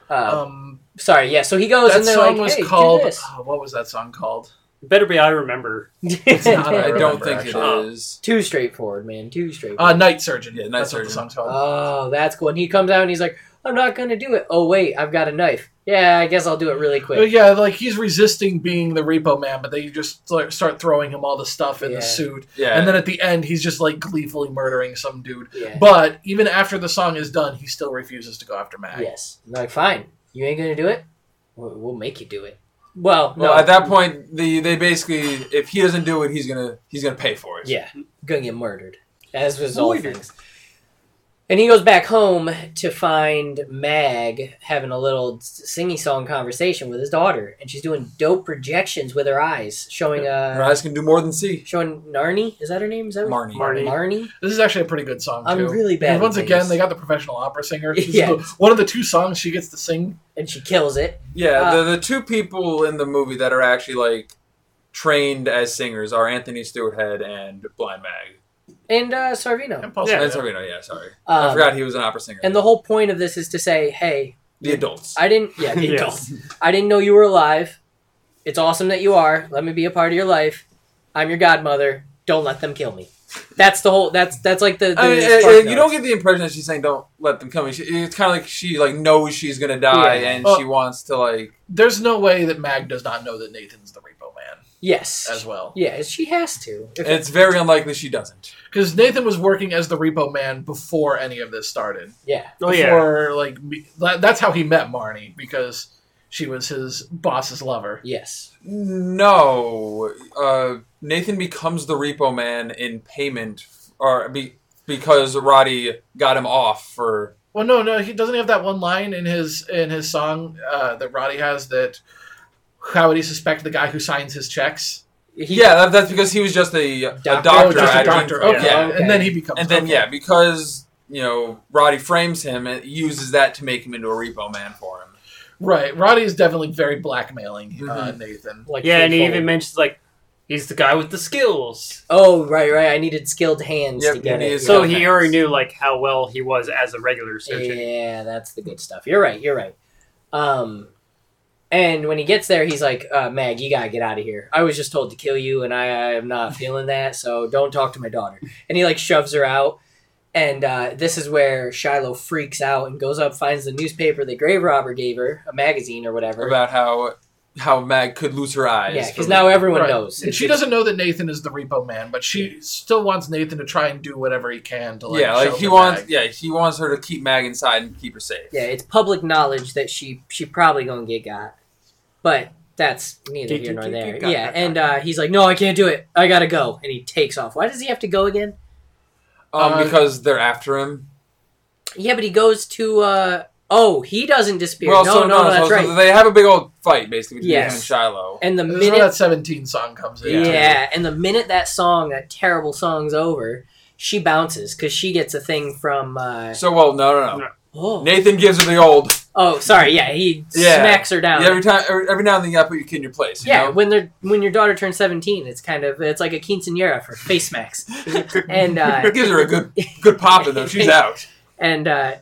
Uh, Um, sorry. Yeah. So he goes that and they're song like, was "Hey, do called. this." oh, what was that song called? It better be I remember. It's not I, I don't remember, think it actually. is. Too straightforward, man. Too straightforward. Uh, Night Surgeon. Yeah, Night That's what Surgeon. the song's called. oh, that's cool. And he comes out and he's like, "I'm not gonna do it." Oh wait, I've got a knife. Yeah, I guess I'll do it really But quick. yeah, like he's resisting being the repo man, but they just like, start throwing him all the stuff in Yeah. the suit. Yeah. And then at the end, he's just like gleefully murdering some dude. Yeah. But even after the song is done, he still refuses to go after Mag. yes. I'm like, fine. You ain't gonna do it. We'll, we'll make you do it. Well, no. well, at that point, the they basically if he doesn't do it, he's gonna he's gonna pay for it. yeah, gonna get murdered. As was all Murdered. things. And he goes back home to find Mag having a little singy song conversation with his daughter, and she's doing dope projections with her eyes, showing Her uh, eyes can do more than see. showing Narni. Is that her name? Is that what- Marnie. Marnie. Marnie? This is actually a pretty good song, too. I'm really bad And at once these. again, they got the professional opera singer. This is Yeah. the- one of the two songs she gets to sing. and she kills it. Yeah, Uh, the the two people in the movie that are actually like trained as singers are Anthony Stewart Head and Blind Mag. And uh, Sarvino. And Paul Yeah. Simon. That's what we know, yeah, sorry. I Um, forgot he was an opera singer. And the whole point of this is to say, hey, the adults. I didn't. Yeah, the Yes. adults. I didn't know you were alive. It's awesome that you are. Let me be a part of your life. I'm your godmother. Don't let them kill me. That's the whole. That's that's like the. the I mean, Spark uh, you don't Notes. get the impression that she's saying don't let them come. She, it's kind of like she like knows she's gonna die Yeah. and Well- she wants to like. There's no way that Mag does not know that Nathan's the repo man Yes. as well. Yeah, she has to. If- It's very unlikely she doesn't. Because Nathan was working as the repo man before any of this started. yeah. Oh yeah. before, like, me- that, that's how he met Marnie, because she was his boss's lover. Yes. No, uh, Nathan becomes the repo man in payment, or be, because Roddy got him off for. Well, no, no, he doesn't he have that one line in his in his song uh, that Roddy has that how would he suspect the guy who signs his checks? He- Yeah, that, that's because he was just a, a Doctor. doctor. oh, just a at doctor. Wingfoot. Okay. Yeah. Okay. and then he becomes. and then okay. yeah, because you know Roddy frames him and uses that to make him into a repo man for him. right. Roddy is definitely very blackmailing uh, Mm-hmm. Mhm. Nathan. Like Yeah, and he threefold. even mentions like he's the guy with the skills. Oh right, right. I needed skilled hands Yep, to get he it. is So Yeah. he already knew like how well he was as a regular surgeon. Yeah, that's the good stuff. You're right. You're right. Um, and when he gets there, he's like, uh, "Mag, you gotta get out of here. I was just told to kill you, and I, I am not feeling that. So don't talk to my daughter." And he like shoves her out. And uh, this is where Shiloh freaks out and goes up, finds the newspaper the grave robber gave her, a magazine or whatever. about how how Mag could lose her eyes. yeah, because from- now everyone Right. knows. And she doesn't know that Nathan is the repo man, but she still wants Nathan to try and do whatever he can to like. yeah, like shelter he wants. Mag. Yeah, he wants her to keep Mag inside and keep her safe. Yeah, it's public knowledge that she she probably gonna get got, but that's neither Get- here get- nor get- there. get got, yeah, got, and uh, he's like, "No, I can't do it. I gotta go," and he takes off. Why does he have to go again? Um, Uh, because they're after him. Yeah, but he goes to. uh Oh, he doesn't disappear. Well, no, so no, no, that's so, right. so they have a big old fight basically between Yes. him and Shiloh. and the This is where minute, that seventeen song comes in. yeah. too. and the minute that song, that terrible song's over, she bounces because she gets a thing from. Uh, So well, no, no, no. No. oh, Nathan gives her the old. oh, sorry. Yeah, he Yeah. smacks her down. Yeah, every time, every, every now and then, you gotta put your kid in your place. You Yeah, know? when they're when your daughter turns seventeen, it's kind of it's like a quinceanera for face smacks. and uh, gives her a good, good popping though. She's out. and uh,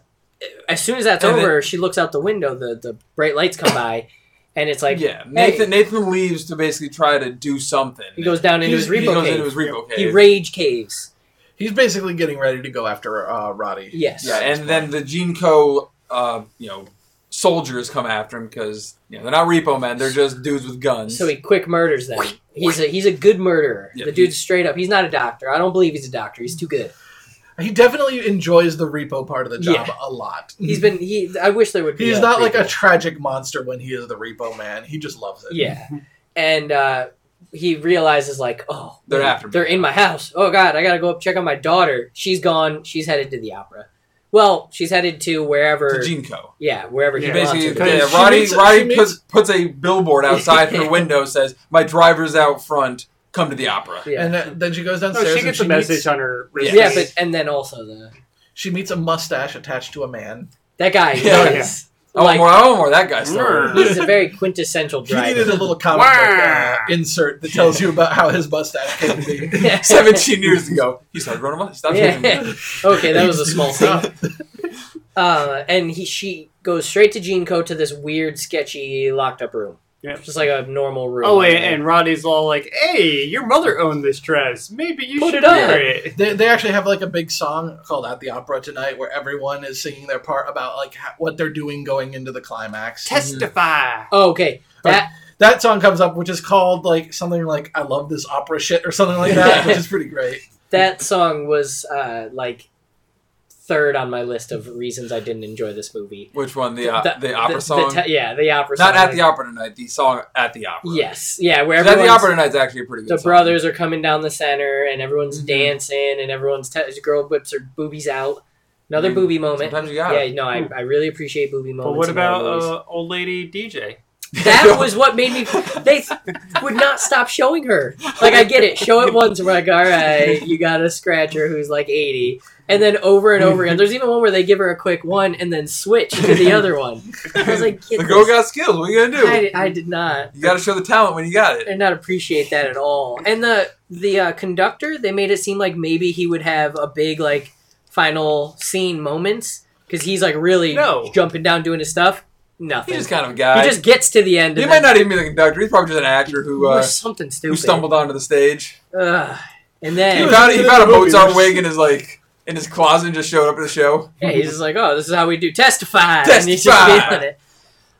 as soon as that's And then- over, she looks out the window. The the bright lights come by, and it's like yeah, Nathan. Nathan leaves to basically try to do something. he goes down into his He's- repo he goes cave. into his repo He cave. rage caves. he's basically getting ready to go after uh, Roddy. Yes. Yeah, and then the Gene Co. Uh, you know, soldiers come after him because you know they're not repo men; they're just dudes with guns. So he quick murders them. He's a he's a good murderer. Yeah, the dude's straight up. He's not a doctor. I don't believe he's a doctor. He's too good. He definitely enjoys the repo part of the job Yeah. a lot. He's been he. I wish there would be. He's a not like a prequel. tragic monster when he is the repo man. He just loves it. yeah. And uh, he realizes like, oh, They're after me. They're in my house. Oh God, I gotta go up check on my daughter. She's gone. She's headed to the opera. Well, she's headed to wherever. to Jinko. yeah, wherever He Yeah. he wants basically, her to Because be. yeah, she Roddy, meets- Roddy she meets- puts, puts a billboard outside her window says, "My driver's out front. Come to the opera." Yeah. And uh, then she goes No, Oh, downstairs. she and gets she a message Meets, on her. wrist. yeah, but and then also the she meets a mustache attached to a man. that guy. Yeah. is, I want Like, more. I want more of that guy's story. Nerd. he's a very quintessential He needed a driver. little comic book uh, Wow. insert that tells you about how his mustache came to be. Seventeen years ago, he started growing a mustache. Yeah. okay, that was a small Stop. thing. Uh, and he she goes straight to Jinko to this weird, sketchy, locked up room. Yep. Just like a normal room. Oh, and, and Roddy's all like, "Hey, your mother owned this dress. Maybe you Put should it on." wear it." They, they actually have like a big song called "At the Opera Tonight," where everyone is singing their part about like ha- what they're doing going into the climax. Testify. Oh, okay. That That song comes up, which is called like something like "I Love This Opera Shit" or something like that, which is pretty great. that song was uh, like third on my list of reasons I didn't enjoy this movie. Which one? The uh, the, opera the song? te- yeah, the opera Not song. at the opera tonight. The song at the opera. Yes, yeah, where Because at the everyone's- opera tonight's actually a pretty good. the song. brothers are coming down the center and everyone's Mhm. dancing and everyone's te- girl whips her boobies out. Another Mm, boobie moment. sometimes you yeah, gotta. no, I, I really appreciate boobie moments. But what in horror about movies. uh, old lady DJ? uh, that was what made me. They would not stop showing her. Like I get it, show it once. We're like, all right, you got a scratcher who's like eighty, and then over and over again. There's even one where they give her a quick one and then switch to the other one. I was like, get the girl this. got skills. What are you gonna do? I, did- I did not. You gotta show the talent when you got I it. did not appreciate that at all. And the the uh, conductor, they made it seem like maybe he would have a big like final scene moments because he's like really No. jumping down doing his stuff. Nothing. He's He just just, kind of a guy. gets to the end. He and might then- not even be the conductor. He's probably just an actor who or uh, something stupid. who stumbled onto the stage. Ugh. And He then was found, he in found a the movies. Mozart wig in his like in his closet and just showed up at the show. yeah, he's just like, "Oh, this is how we do testify." And he's just Testify. feeling it.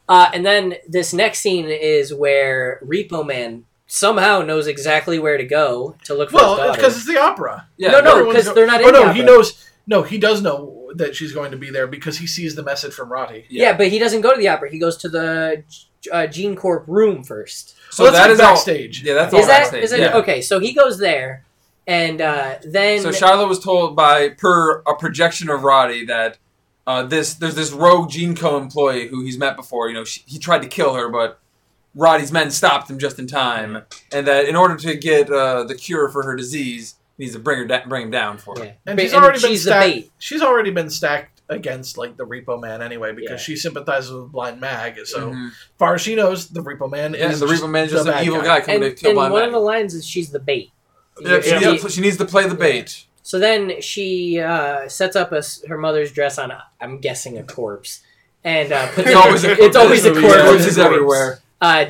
Uh, and then this next scene is where Repo Man somehow knows exactly where to go to look for Well, his daughter. because it's the opera. Yeah, no, no, Everyone's because go- they're not. oh in the no, he opera. knows. No, he does know that she's going to be there because he sees the message from Roddy. Yeah. but he doesn't go to the opera. He goes to the uh, Gene Corp room first. So Well, that's that like is all. backstage. Yeah, that's all Is that backstage, is it? yeah. Okay, so he goes there, and uh, then So Shiloh was told by per a projection of Roddy that uh, this there's this rogue Gene Co employee who he's met before. You know, she, he tried to kill her, but Roddy's men stopped him just in time, Mm-hmm. and that in order to get uh, the cure for her disease, he needs to bring her da- bring him down for yeah. it. And Ba- she's already been she's the stacked. bait. She's already been stacked against like the Repo Man anyway because Yeah. she sympathizes with Blind Mag. So Mhm. far as she knows, the Repo Man and is the just Reaper Man is just the an bad evil guy. guy, coming And, to kill and Blind one of the Man. lines is she's the bait. Yeah, she, Yeah. needs- she needs to play the bait. So then she uh, sets up a s her mother's dress on, a, I'm guessing, a corpse. And uh, puts It's it- always a corpse. It's always a Yeah. corpse. Corpses everywhere. Uh,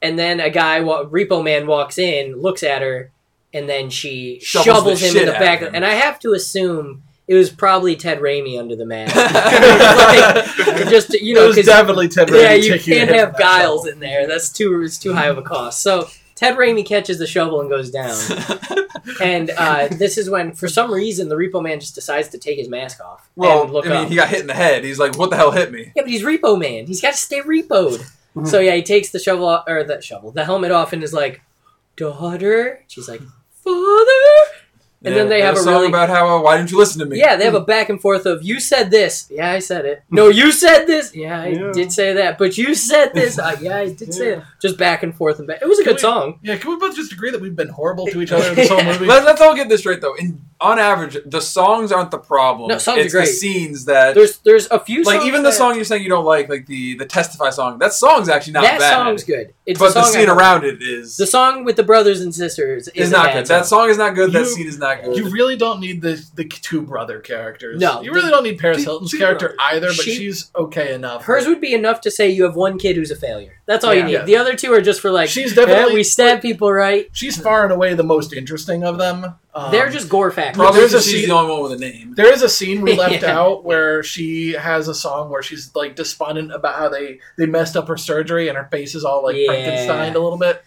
and then a guy, wa- Repo Man, walks in, looks at her, and then she Shovels shovels, the him shit in the out back. of him. And I have to assume it was probably Ted Raimi under the mask. Like, Just you it know, was 'cause- definitely Ted Raimi yeah, you taking a can't hit have from that Giles shovel. in there. That's too it's too high of a cost. So Ted Raimi catches the shovel and goes down. And uh, this is when, for some reason, the Repo Man just decides to take his mask off and well, look I mean, up. he got hit in the head. He's like, "What the hell hit me?" Yeah, but he's repo man. He's got to stay repoed. Mm-hmm. so yeah, he takes the shovel off, or the shovel, the helmet off, and is like, "Daughter," she's like, "Father." And then Yeah, they have a a song really- about how uh, why didn't you listen to me? Yeah, they have a back and forth of, "You said this." Yeah, I said it. No, you said this. Yeah, I Yeah. did say that. But you said this. Uh, yeah, I did say it. Just back and forth and back. It was a Can good we- song. Yeah, can we both just agree that we've been horrible to each other this whole Yeah. movie? Let, let's all get this straight though. In on average, the songs aren't the problem. No, songs are it's great. the scenes that There's there's a few like songs even the that- song you're saying you don't like, like the the testify song. That song's actually not that bad. song's good. It's but a song the scene I- around it is the song with the brothers and sisters is, is a not bad good. That song. song is not good. that You- scene is not good. You really don't need the the two brother characters. No, you the- really don't need Paris two- Hilton's two character brothers. either, but She- she's okay enough. Hers would be enough to say you have one kid who's a failure. That's all you Yeah. need. Yeah. The other two are just for like She's "Eh, definitely- we stab people right. she's far and away the most interesting of them. Um, They're just gore factors. Probably- Probably there's a because she's scene- the only one with a name. There is a scene we left Yeah. out where she has a song where she's like despondent about how they they messed up her surgery and her face is all like Yeah. Frankenstein a little bit.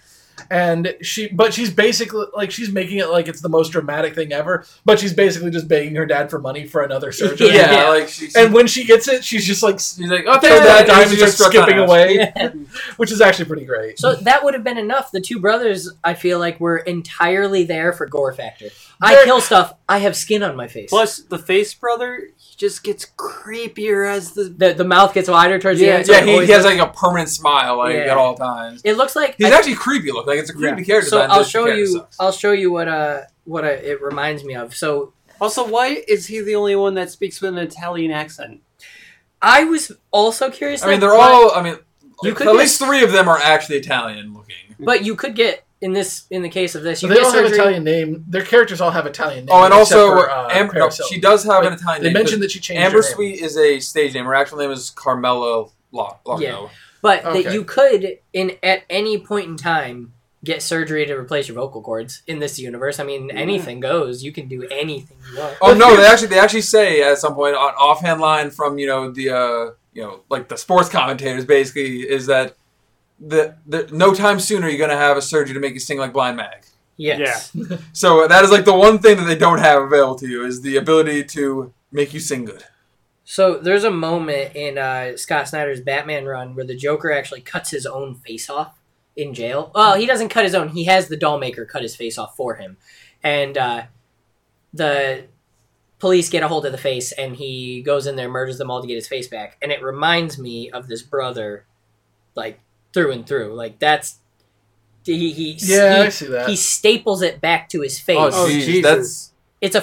And she, but she's basically like she's making it like it's the most dramatic thing ever. But she's basically just begging her dad for money for another surgery. Yeah, Yeah. like she, she, And when she gets it, she's just like s- she's like, oh, throws thanks, out a Dad," dime and and she starts just skipping runs. away, Yeah. which is actually pretty great. So that would have been enough. The two brothers, I feel like, were entirely there for gore factor. I They're- kill stuff. I have skin on my face. Plus, the face brother, he just gets creepier as the. the the mouth gets wider towards the Yeah, end. so yeah, it he, always he has looks- like a permanent smile like Yeah. at all times. it looks like. He's I- actually creepy look. Like it's a creepy character. so but I'll this show character you. sucks. I'll show you what uh what uh it reminds me of. So Also, why is he the only one that speaks with an Italian accent? I was also curious. I mean, though, they're but- all. I mean, You at could least three of them are actually Italian looking. But you could get in this in the case of this. So You they get all have surgery. Italian name. Their characters all have Italian names. Oh, and except also, for, uh, Amber, no, Paracel. she does have an Wait, Italian They name. 'cause mentioned that she changed Amber her name. Sweet is a stage name. Her actual name is Carmela Lo- Oh, Longo. Yeah. But that Okay. you could in at any point in time get surgery to replace your vocal cords in this universe. I mean, Yeah. anything goes. You can do anything you want. Oh no, they actually they actually say at some point on offhand line from you know the uh, you know like the sports commentators basically is that the, the no time soon are you gonna have a surgery to make you sing like Blind Mag. Yes. So that is like the one thing that they don't have available to you is the ability to make you sing good. So there's a moment in uh, Scott Snyder's Batman run where the Joker actually cuts his own face off in jail. Well, he doesn't cut his own. He has the doll maker cut his face off for him, and uh, the police get a hold of the face, and he goes in there, murders them all to get his face back. And it reminds me of this brother, like through and through. Like that's he he Yeah, I he- see that. he staples it back to his face Oh, geez, that's- it's a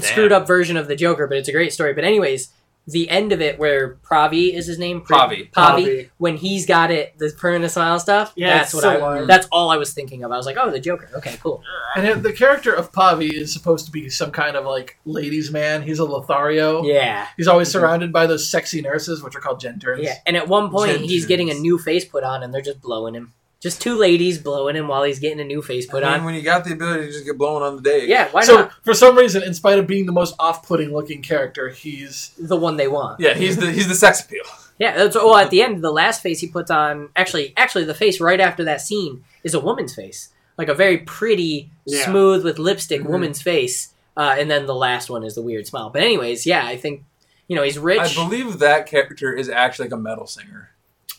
Damn. screwed up version of the Joker, but it's a great story. But anyways, the end of it where Pravi is his name, Pravi. Pravi, Pravi. when he's got it, the permanent smile stuff. Yeah, it's that's what so I. hard. That's all I was thinking of. I was like, oh, the Joker. Okay, cool. And it- the character of Pavi is supposed to be some kind of like ladies' man. He's a Lothario. Yeah, He's always Mhm. surrounded by those sexy nurses, which are called genterns. yeah. And at one point, he's Gingers. getting a new face put on, and they're just blowing him. Just two ladies blowing him while he's getting a new face put I mean, on. when you got the ability to just get blown on the day. Yeah, why so not for some reason, in spite of being the most off-putting looking character, he's the one they want? Yeah, he's the he's the sex appeal. Yeah, that's well at the end the last face he puts on actually actually the face right after that scene is a woman's face. Like a very pretty, Yeah. smooth with lipstick Mhm. woman's face. Uh, and then the last one is the weird smile. But anyways, yeah, I think you know, he's rich. I believe that character is actually like a metal singer.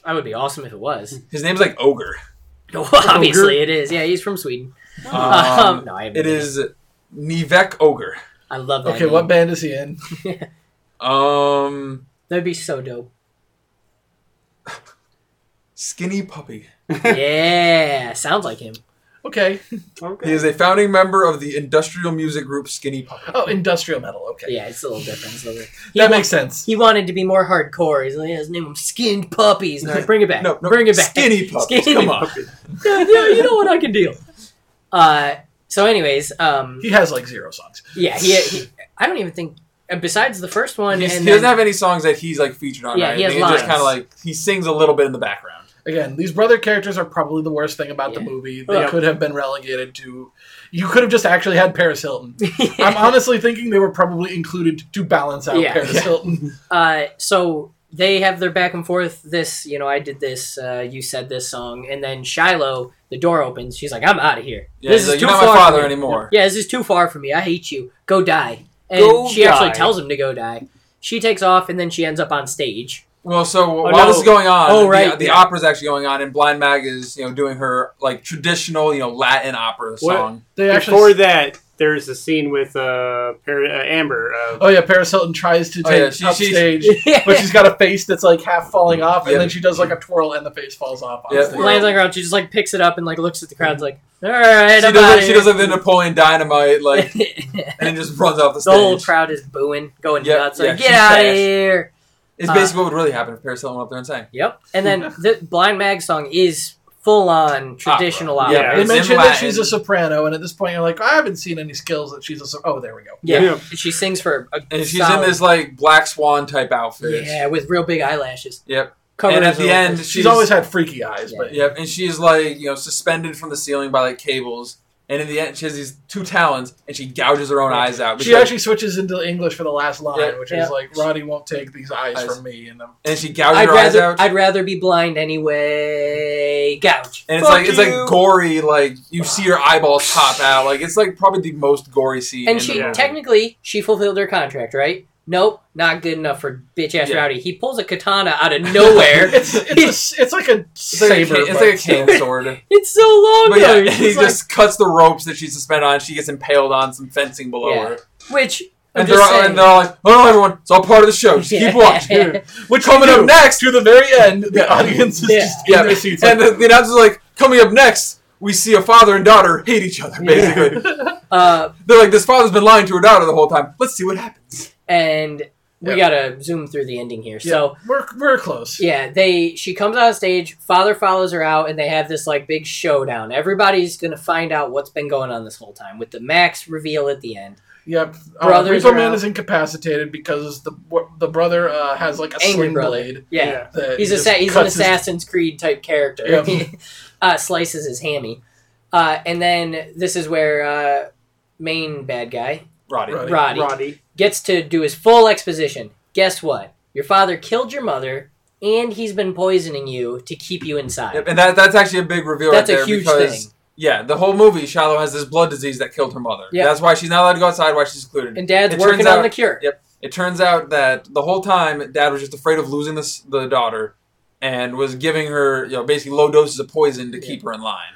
I would be awesome if it was. His name's like Ogre. Well, Obviously it is. Yeah, he's from Sweden. Um, Um, no, I haven't it been. is Nivek Ogre. I love that. okay. What band is he in? Um, That'd be so dope. Skinny Puppy. yeah. Sounds like him. Okay. Okay. He is a founding member of the industrial music group Skinny Puppy. Oh, industrial metal. Okay, Yeah, it's a little different. it's a little- He that wa- makes sense. He wanted to be more hardcore. He's like, yeah, let's name him Skinned Puppies. And I'm like, bring it back. No, no, bring it back. Skinny Puppies. Skinny come on. yeah, yeah, you know what I can deal. Uh, so, anyways, um, He has like zero songs. yeah, he, he. I don't even think. And besides the first one, He's- and he doesn't then- have any songs that he's like featured on. or Yeah, he has anything. It's just lines. kind of like he sings a little bit in the background. Again, these brother characters are probably the worst thing about the Yeah. movie. They Yeah. could have been relegated to. You could have just actually had Paris Hilton. I'm honestly thinking they were probably included to balance out Yeah. Paris Yeah. Hilton. uh, so they have their back and forth. This, you know, I did this. Uh, you said this song, and then Shiloh, the door opens. She's like, "I'm out of here. Yeah, this he's is like, too you're not far my for father me." anymore. Yeah, this is too far for me. I hate you. Go die." And Go she actually die. tells him to go die. She takes off, and then she ends up on stage. Well, so while no. this is going on, Oh, the- right, the, yeah. opera's actually going on, and Blind Mag is you know doing her like traditional you know Latin opera song. They actually. Before that, there's a scene with uh, Par- uh, Amber. Uh, Oh yeah, Paris Hilton tries to Oh, take yeah, she- she's- upstage, but she's got a face that's like half falling off, and Yeah. then she does like a twirl, and the face falls off. on Yeah. stage. lands on the ground. She just like picks it up and like looks at the crowd, like, "All right, Mm-hmm. she I'm does outta like, she here." does like the Napoleon Dynamite like, the and then just runs off the stage. whole crowd is booing, going Yeah, nuts. yeah, Like, she's get out of fast. here. It's basically Uh, what would really happen if Paris Hilton went up there and sang. Yep. And then the Blind Mag song is full on traditional opera. Yeah, Yeah, They it's in mentioned that Latin. she's a soprano, and at this point, you're like, I haven't seen any skills that she's a. So- oh, there we go. Yeah. Yeah. She sings for a And she's solid- in this like black swan type outfit. uh, yeah with real big eyelashes. Yep. Covers and at her- the end, She's, always had freaky eyes, Yeah. but Yep, and she's like you know suspended from the ceiling by like cables, and in the end, she has these two talons, and she gouges her own eyes out. She because- actually switches into English for the last line, Yeah. which Yeah. is like, "Roddy won't take these eyes, Eyes. from me," and I'm, and she gouges I'd her eyes rather out. I'd rather be blind anyway. Gouge. and it's Fuck like it's you. like gory, like you see her eyeballs pop out. Like it's like probably the most gory scene. in And the she Yeah. movie. technically she fulfilled her contract, right? Nope, not good enough for bitch ass Yeah. rowdy. He pulls a katana out of nowhere. it's it's a s it's like a it's like a saber, cane, it's but- like a cane sword. it's so long But ago. yeah, he It's like- just cuts the ropes that she's suspended on. She gets impaled on some fencing below Yeah. her, which I'm and just they're all, saying, and they're all like, "Oh no, everyone, it's all part of the show. Just keep Yeah. watching." Which Coming we up do. next to the very end, the Yeah. audience is Yeah. just in Yeah, their seats. and like, the, the announcer's like, "Coming up next, we see a father and daughter hate each other." Yeah. Basically, Uh, they're like, "This father's been lying to her daughter the whole time. Let's see what happens." and we Yeah. gotta zoom through the ending here. yeah, So we're we're close. yeah, they she comes on stage. Father follows her out, and they have this like big showdown. Everybody's gonna find out what's been going on this whole time with the Max reveal at the end. Yep. Uh, Brothers Repo are Man out. is incapacitated because the the brother uh, has like a Angry sling brother. blade. Yeah. that He's a just sa- he's an cuts his- Assassin's Creed type character. Yep. uh, slices his hammy, uh, and then this is where uh, main bad guy Roddy. Roddy. Roddy Roddy. gets to do his full exposition. Guess what? Your father killed your mother, and he's been poisoning you to keep you inside. Yep, and that that's actually a big reveal That's right there a huge because thing. yeah, the whole movie, Shiloh has this blood disease that killed her mother. Yeah. That's why she's not allowed to go outside. Why she's secluded. And Dad's it turns working out- on the cure. Yep. It turns out that the whole time, Dad was just afraid of losing this, the daughter, and was giving her, you know, basically low doses of poison to Yeah. keep her in line.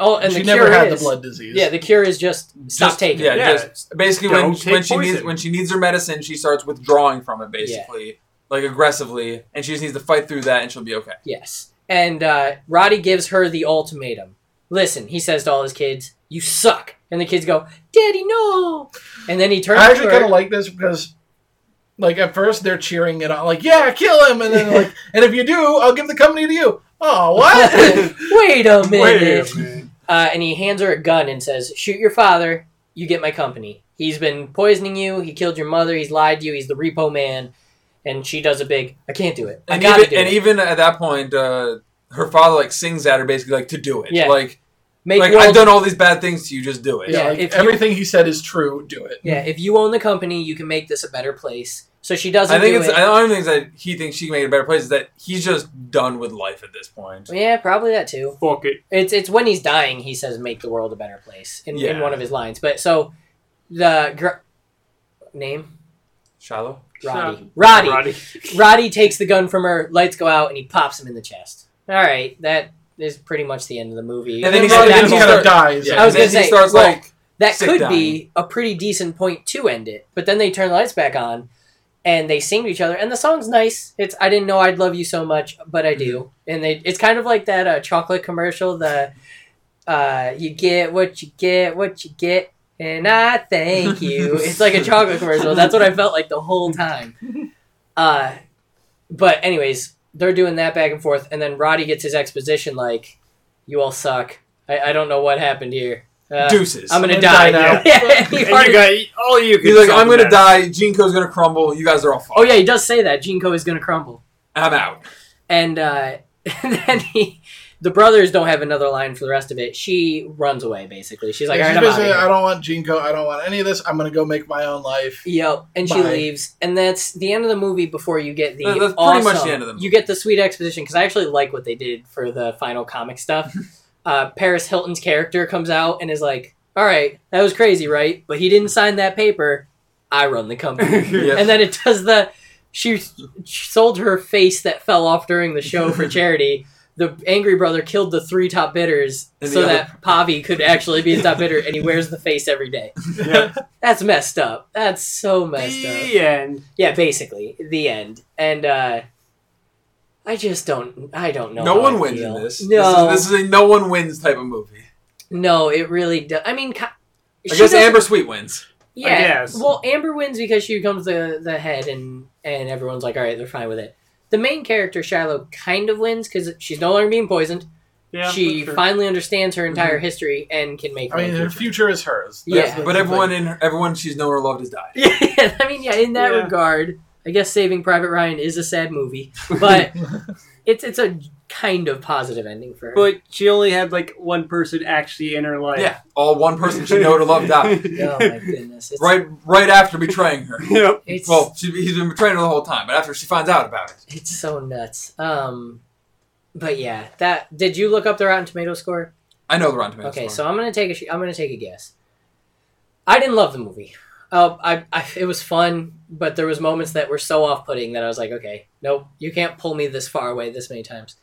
Oh, and she the never cure had is the blood disease. yeah. The cure is just stop Just- taking. Yeah, it. Yeah. just basically when, Don't take when she needs poison. when she needs her medicine, she starts withdrawing from it basically, like aggressively, and she just needs to fight through that, and she'll be okay. Yes. And uh, Roddy gives her the ultimatum. Listen, he says to all his kids, "You suck." And the kids go, "Daddy, no!" And then he turns. I to actually her- kind of like this because, like, at first they're cheering it on, like, "Yeah, kill him," and then like, "And if you do, I'll give the company to you." Oh, what? Wait a minute. Wait a minute. Uh, and he hands her a gun and says, Shoot your father, you get my company. He's been poisoning you, he killed your mother, he's lied to you, he's the repo man. And she does a big, I can't do it. I And gotta even do and it. even at that point, uh, her father like sings at her basically like to do it, Yeah. like Make like world- I've done all these bad things to you, just do it. yeah, Yeah, like, if you- everything he said is true. Do it. Yeah, if you own the company, you can make this a better place. So she doesn't I think do it's it. I don't think that he thinks she can make it a better place. Is that he's just done with life at this point. yeah, probably that too. Fuck it. It's it's when he's dying he says make the world a better place in, in Yeah. one of his lines. But so the gr- name Shiloh. Roddy. So- Roddy. Roddy takes the gun from her, lights go out, and he pops him in the chest. All right, that is pretty much the end of the movie. And And then then he said Roddy that just he kind of start- dies. I was and then gonna say, he starts well, like that sick could dying. be a pretty decent point to end it. But then they turn the lights back on, and they sing to each other, and the song's nice. It's I didn't know I'd love you so much, but I do. And they it's kind of like that uh, chocolate commercial. The uh, you get what you get, what you get, and I thank you. it's like a chocolate commercial. That's what I felt like the whole time. Uh, but anyways, they're doing that back and forth, and then Roddy gets his exposition like, "You all suck. I, I don't know what happened here." Uh, deuces. I'm gonna I'm gonna die. die now. yeah, he And already- you got all you can He's like, suck I'm gonna that. die. Jinko's gonna crumble. You guys are all. Fucked. oh yeah, he does say that Jinko is gonna crumble, I'm out. and uh, then he, the brothers don't have another line for the rest of it. She runs away basically. She's like, She's all right, I'm out basically, I here. don't want Jinko. I don't want any of this. I'm gonna go make my own life. Yep, and she Bye. leaves, and that's the end of the movie. Before you get the That- that's pretty awesome, much the end of the movie. you get the sweet exposition because I actually like what they did for the final comic stuff. uh, Paris Hilton's character comes out and is like, "All right, that was crazy, right? But he didn't sign that paper. I run the company." Yeah. and then it does the she sold her face that fell off during the show for charity. The angry brother killed the three top bidders And the so other- that Pavi could actually be the top bidder, and he wears the face every day. Yeah. That's messed up. That's so uh, messed up. The end. Yeah, basically the end. And uh I just don't. I don't know. No how I one wins feel. in this. No, This is, this is a no one wins type of movie. no, it really. Do- I mean, co- I she guess doesn't- Amber Sweet wins. Yeah. guess. Well, Amber wins because she becomes the the head, and and everyone's like, all right, they're fine with it. The main character Shiloh kind of wins because she's no longer being poisoned. Yeah, she for sure. finally understands her entire history and can make. I her own mean, her future. future is hers. Yeah. the But everyone in her, everyone she's known or loved has died. yeah, I mean, yeah. In that Yeah. regard, I guess Saving Private Ryan is a sad movie, but it's it's a kind of positive ending for her. But she only had like one person actually in her life. Yeah, all one person she know to love died. oh my goodness, it's, Right, right after betraying her. Yep. It's Well, she, he's been betraying her the whole time, but after she finds out about it, it's so nuts. Um, but yeah, that did you look up the Rotten Tomato score? I know the Rotten Tomatoes. okay, score. so I'm gonna take a sh- I'm gonna take a guess. I didn't love the movie. Uh, I, I it was fun, but there was moments that were so off putting that I was like, okay, nope, you can't pull me this far away this many times.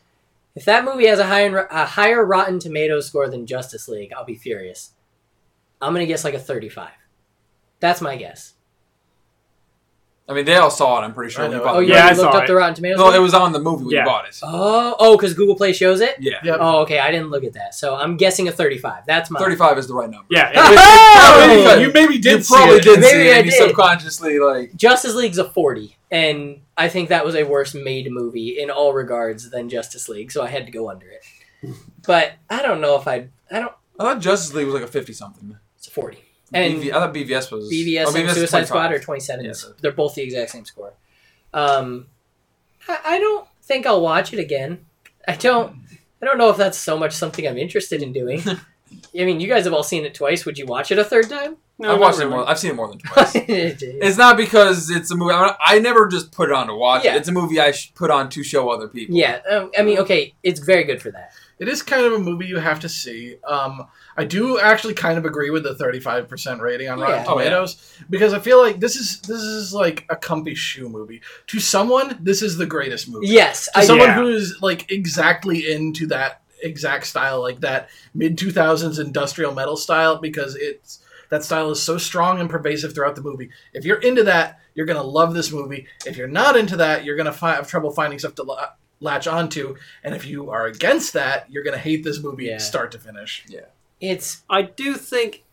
If that movie has a higher a higher Rotten Tomato score than Justice League, I'll be furious. I'm gonna guess like a 35. That's my guess. I mean, they all saw it. I'm pretty sure. I when you know bought Oh, the you Yeah, already I looked saw up it. the Rotten movie. Tomatoes. No, it was on the movie when Yeah. you bought it. Oh, oh, because Google Play shows it. Yeah, Yep. Oh, okay. I didn't look at that, so I'm guessing a 35. That's my 35 is the right number. Yeah. Oh! it- Oh, You you maybe did you probably see it. did Maybe see it. I and You did. subconsciously like. Justice League's a 40, and I think that was a worse made movie in all regards than Justice League, so I had to go under it. But I don't know if I'd. I don't. I thought Justice League was like a 50 something. It's a 40. And BV, I thought BVS was. BVS oh, and is Suicide Squad are 25. 27s. Yeah, so- They're both the exact same score. Um, I, I don't think I'll watch it again. I don't. I don't know if that's so much something I'm interested in doing. I mean, you guys have all seen it twice. Would you watch it a third time? no, not I've watched really. it more. I've seen it more than twice. it's It's not because it's a movie. I, I never just put it on to watch. Yeah. It's a movie I sh- put on to show other people. Yeah, um, I mean, okay, it's very good for that. It is kind of a movie you have to see. Um, I do actually kind of agree with the 35% rating on Rotten Yeah. Oh, yeah. Tomatoes because I feel like this is this is like a comfy shoe movie. To someone, this is the greatest movie. Yes, To I someone Yeah. who is like exactly into that exact style, like that mid 2000s industrial metal style, because it's that style is so strong and pervasive throughout the movie. If you're into that, you're gonna love this movie. If you're not into that, you're gonna fi- have trouble finding stuff to la- latch onto. And if you are against that, you're gonna hate this movie Yeah. start to finish. it's I do think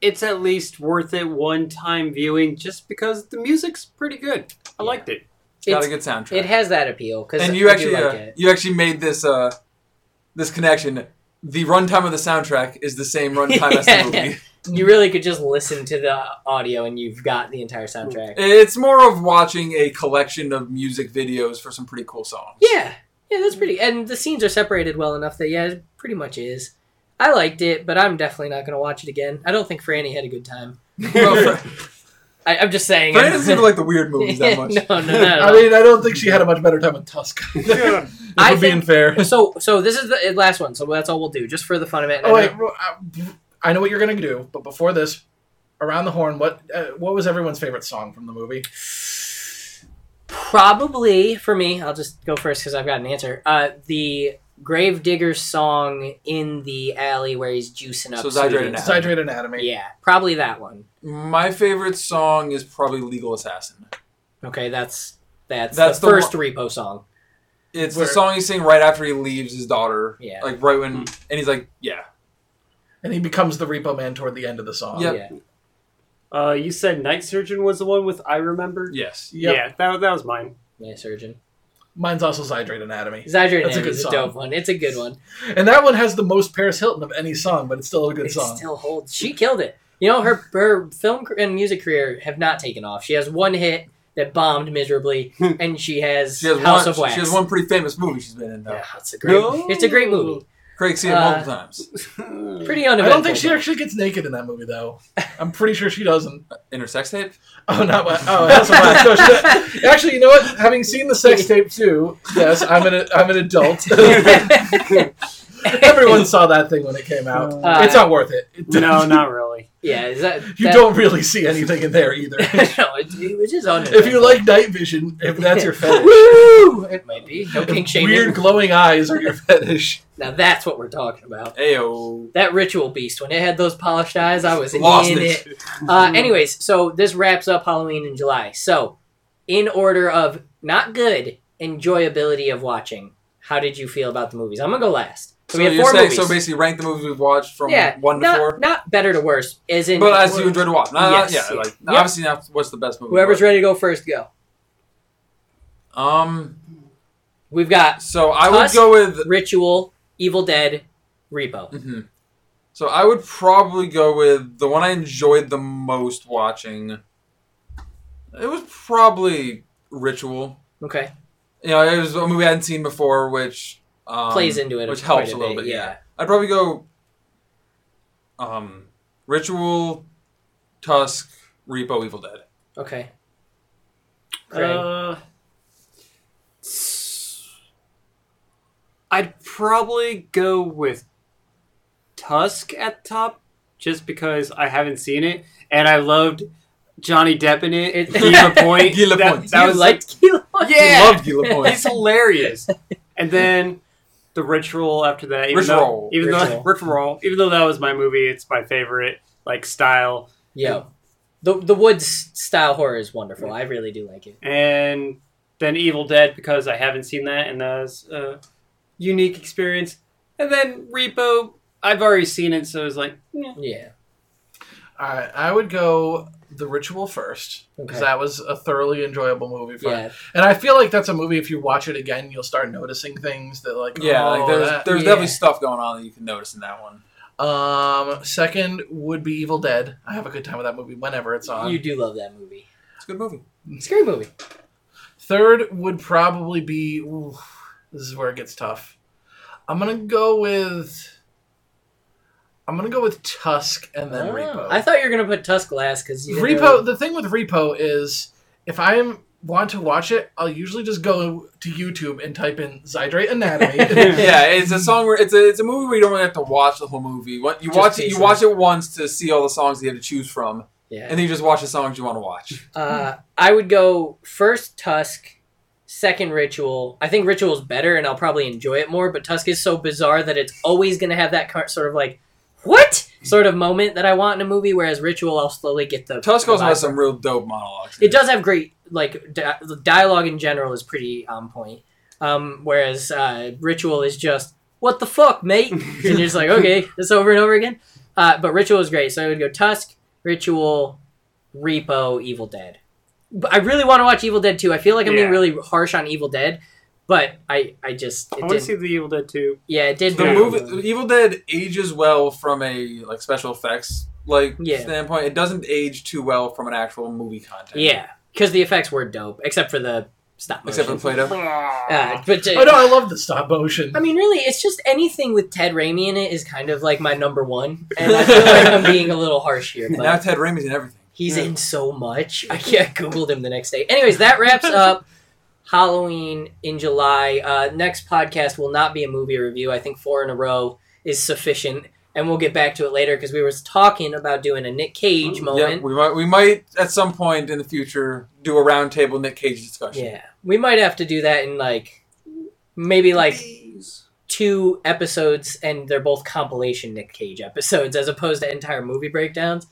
it's at least worth it one time viewing just because the music's pretty good. I Yeah. liked it. It's got It's- a good soundtrack. it has that appeal because and you actually like uh, it. you actually made this uh this connection. The runtime of the soundtrack is the same runtime as the movie. You really could just listen to the audio and you've got the entire soundtrack. It's more of watching a collection of music videos for some pretty cool songs. Yeah, yeah, that's pretty. And the scenes are separated well enough that yeah, it pretty much is. I liked it, but I'm definitely not going to watch it again. I don't think Franny had a good time. Well, Fran I, I'm just saying. Fran doesn't even like the weird movies that much. no, no, no. no. I mean, I don't think she had a much better time with Tusk. Yeah. If I we're being think- fair. so, so this is the uh, last one. So that's all we'll do, just for the fun of it. and uh, Oh I wait, know- well, I- I know what you're gonna do, but before this, around the horn, what uh, what was everyone's favorite song from the movie? Probably for me, I'll just go first because I've got an answer. Uh, the Gravedigger song in the alley where he's juicing up. So it's Hydrated students. Now. Dehydrated Anatomy. Yeah, probably that one. My favorite song is probably "Legal Assassin." Okay, that's that's, That's the, the first repo song. It's Where- the song he sings right after he leaves his daughter. Yeah. Like right when, and he's like, "Yeah, And he becomes the repo man toward the end of the song. Yep. Yeah, Uh, you said Night Surgeon was the one with I Remember? yes." Yep. Yeah, that, that was mine. yeah, surgeon. Mine's also Zydrate Anatomy. Exaggerated That's a Name good is a song. dope one. It's a good one. And that one has the most Paris Hilton of any song, but it's still a good it song. still holds. She killed it. You know, her her film car- and music career have not taken off. She has one hit that bombed miserably, and she has, She has House one. of Wax. She has one pretty famous movie she's been in though. Yeah, it's a great. No. It's a great movie. Craig seen it Uh, multiple times. Pretty I uneventful. don't think she though. actually gets naked in that movie, though. I'm pretty sure she doesn't. In her sex tape. Oh, not what? Oh, that's what. No, she- actually, you know what? Having seen the sex tape too, yes, I'm an I'm an adult. Everyone saw that thing when it came out. Uh, it's not worth it. It- no, not really. yeah, is that You that- don't really see anything in there either. no, it, it was just on. if you like night vision, if that's your fetish, woo, it might be no if kink shaming. weird glowing eyes are your fetish. Now that's what we're talking about. Ayo. That ritual beast when it had those polished eyes, I was Lost in it. Mm-hmm. it. Uh, anyways, so this wraps up Halloween in July. So, in order of not good enjoyability of watching, how did you feel about the movies? I'm gonna go last. So, So we have you're four saying movies. so basically rank the movies we've watched from yeah, one to not, four, not better to worse, as in but as you enjoy to watch. Not, Yes, yeah, yeah. like Yep. obviously not what's the best movie. whoever's but- ready to go first, go. um. We've got So I would Tusk. go with. Ritual, Evil Dead, Repo. mhm. So I would probably go with the one I enjoyed the most watching. It was probably Ritual. Okay. You know, it was a movie I hadn't seen before, which um, Plays into it which quite helps a a little bit, bit. Yeah. yeah. I'd probably go um, Ritual, Tusk, Repo, Evil Dead. Okay. Craig. Uh, s- I'd probably go with Tusk at the top, just because I haven't seen it and I loved Johnny Depp in it. It- Guy Lapointe. Guy That- Lapointe. That, you was like liked Kilo? Yeah. Love Guy Lapointe. he's hilarious. And then the ritual after that, even Ritual. though even Ritual. though ritual, even though that was my movie, it's my favorite like style. Yo. The, the woods style horror is wonderful. I really do like it. and then Evil Dead because I haven't seen that and that's a unique experience. And then Repo, I've already seen it, so it's like, eh. Yeah. All right, I would go the ritual first because Okay. that was a thoroughly enjoyable movie for Yeah. And I feel like that's a movie. If you watch it again, you'll start noticing things that, like, Yeah, oh, like there's that- there's Yeah. definitely stuff going on that you can notice in that one. Um, second would be Evil Dead. I have a good time with that movie whenever it's on. You do love that movie. It's a good movie. It's a great movie. Third would probably be. ooh, this is where it gets tough. I'm gonna go with. I'm gonna go with Tusk and then Oh, Repo. I thought you were gonna put Tusk last because you didn't Repo. really- The thing with Repo is, if I am want to watch it, I'll usually just go to YouTube and type in Zydrate Anatomy. yeah, it's a song where it's a it's a movie where you don't really have to watch the whole movie. What- You Just watch it, you pieces. watch it once to see all the songs you have to choose from, Yeah. and then you just watch the songs you want to watch. Uh, I would go first Tusk, second Ritual. I think Ritual's better, and I'll probably enjoy it more. But Tusk is so bizarre that it's always going to have that kind- sort of like what sort of moment that I want in a movie. Whereas Ritual, I'll slowly get the Tusk the also has vibe. some real dope monologues. It does have great like di- the dialogue in general is pretty on point. Um, whereas uh, Ritual is just what the fuck, mate, and you're just like okay, this over and over again. Uh, but Ritual is great, so I would go Tusk, Ritual, Repo, Evil Dead. But I really want to watch Evil Dead 2. I feel like I'm being Yeah. really harsh on Evil Dead, but I I just I it want to did see the Evil Dead too. yeah it did The Yeah. movie Evil Dead ages well from a like special effects like Yeah. standpoint. It doesn't age too well from an actual movie content. yeah because the effects were dope except for the stop motion Except for Play-Doh. uh, but uh, oh no, I love the stop motion. I mean, really, it's just anything with Ted Raimi in it is kind of like my number one, and I feel like I'm being a little harsh here, Now but Ted Raimi's in everything. he's in so much. I can't googled him the next day. Anyways, that wraps up Halloween in July. Uh, next podcast will not be a movie review. I think four in a row is sufficient, and we'll get back to it later because we were talking about doing a Nick Cage Yeah, moment. we might we might at some point in the future do a roundtable Nick Cage discussion. Yeah, we might have to do that in like maybe like two episodes and they're both compilation Nick Cage episodes as opposed to entire movie breakdowns.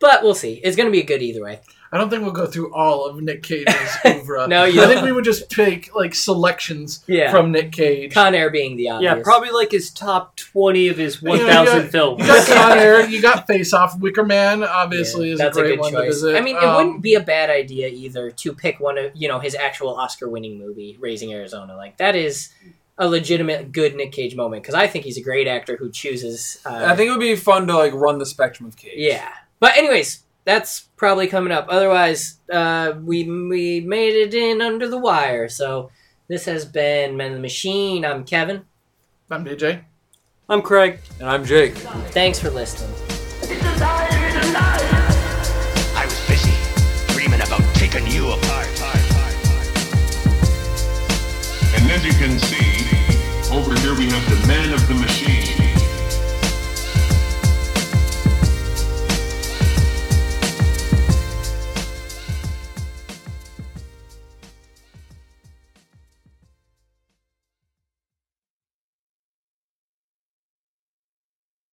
But we'll see. It's going to be good either way. I don't think we'll go through all of Nick Cage's oeuvre. No, you I don't. think we would just take like selections Yeah. from Nick Cage. Con Air being the obvious. Yeah, probably like his top 20 of his Uh, You know, you 1,000 got- films. You got Con Air. You got Face Off. Wicker Man obviously Yeah, is that's a great good one to choice. visit. I mean, it Um, wouldn't be a bad idea either to pick one of you know his actual Oscar-winning movie, Raising Arizona. Like that is a legitimate good Nick Cage moment because I think he's a great actor who chooses. Uh, I think it would be fun to like run the spectrum of Cage. Yeah. But anyways, that's probably coming up. Otherwise, uh, we we made it in under the wire. So this has been Men of the Machine. I'm Kevin. I'm DJ. I'm Craig. And I'm Jake. Thanks for listening. I was busy dreaming about taking you apart. And as you can see,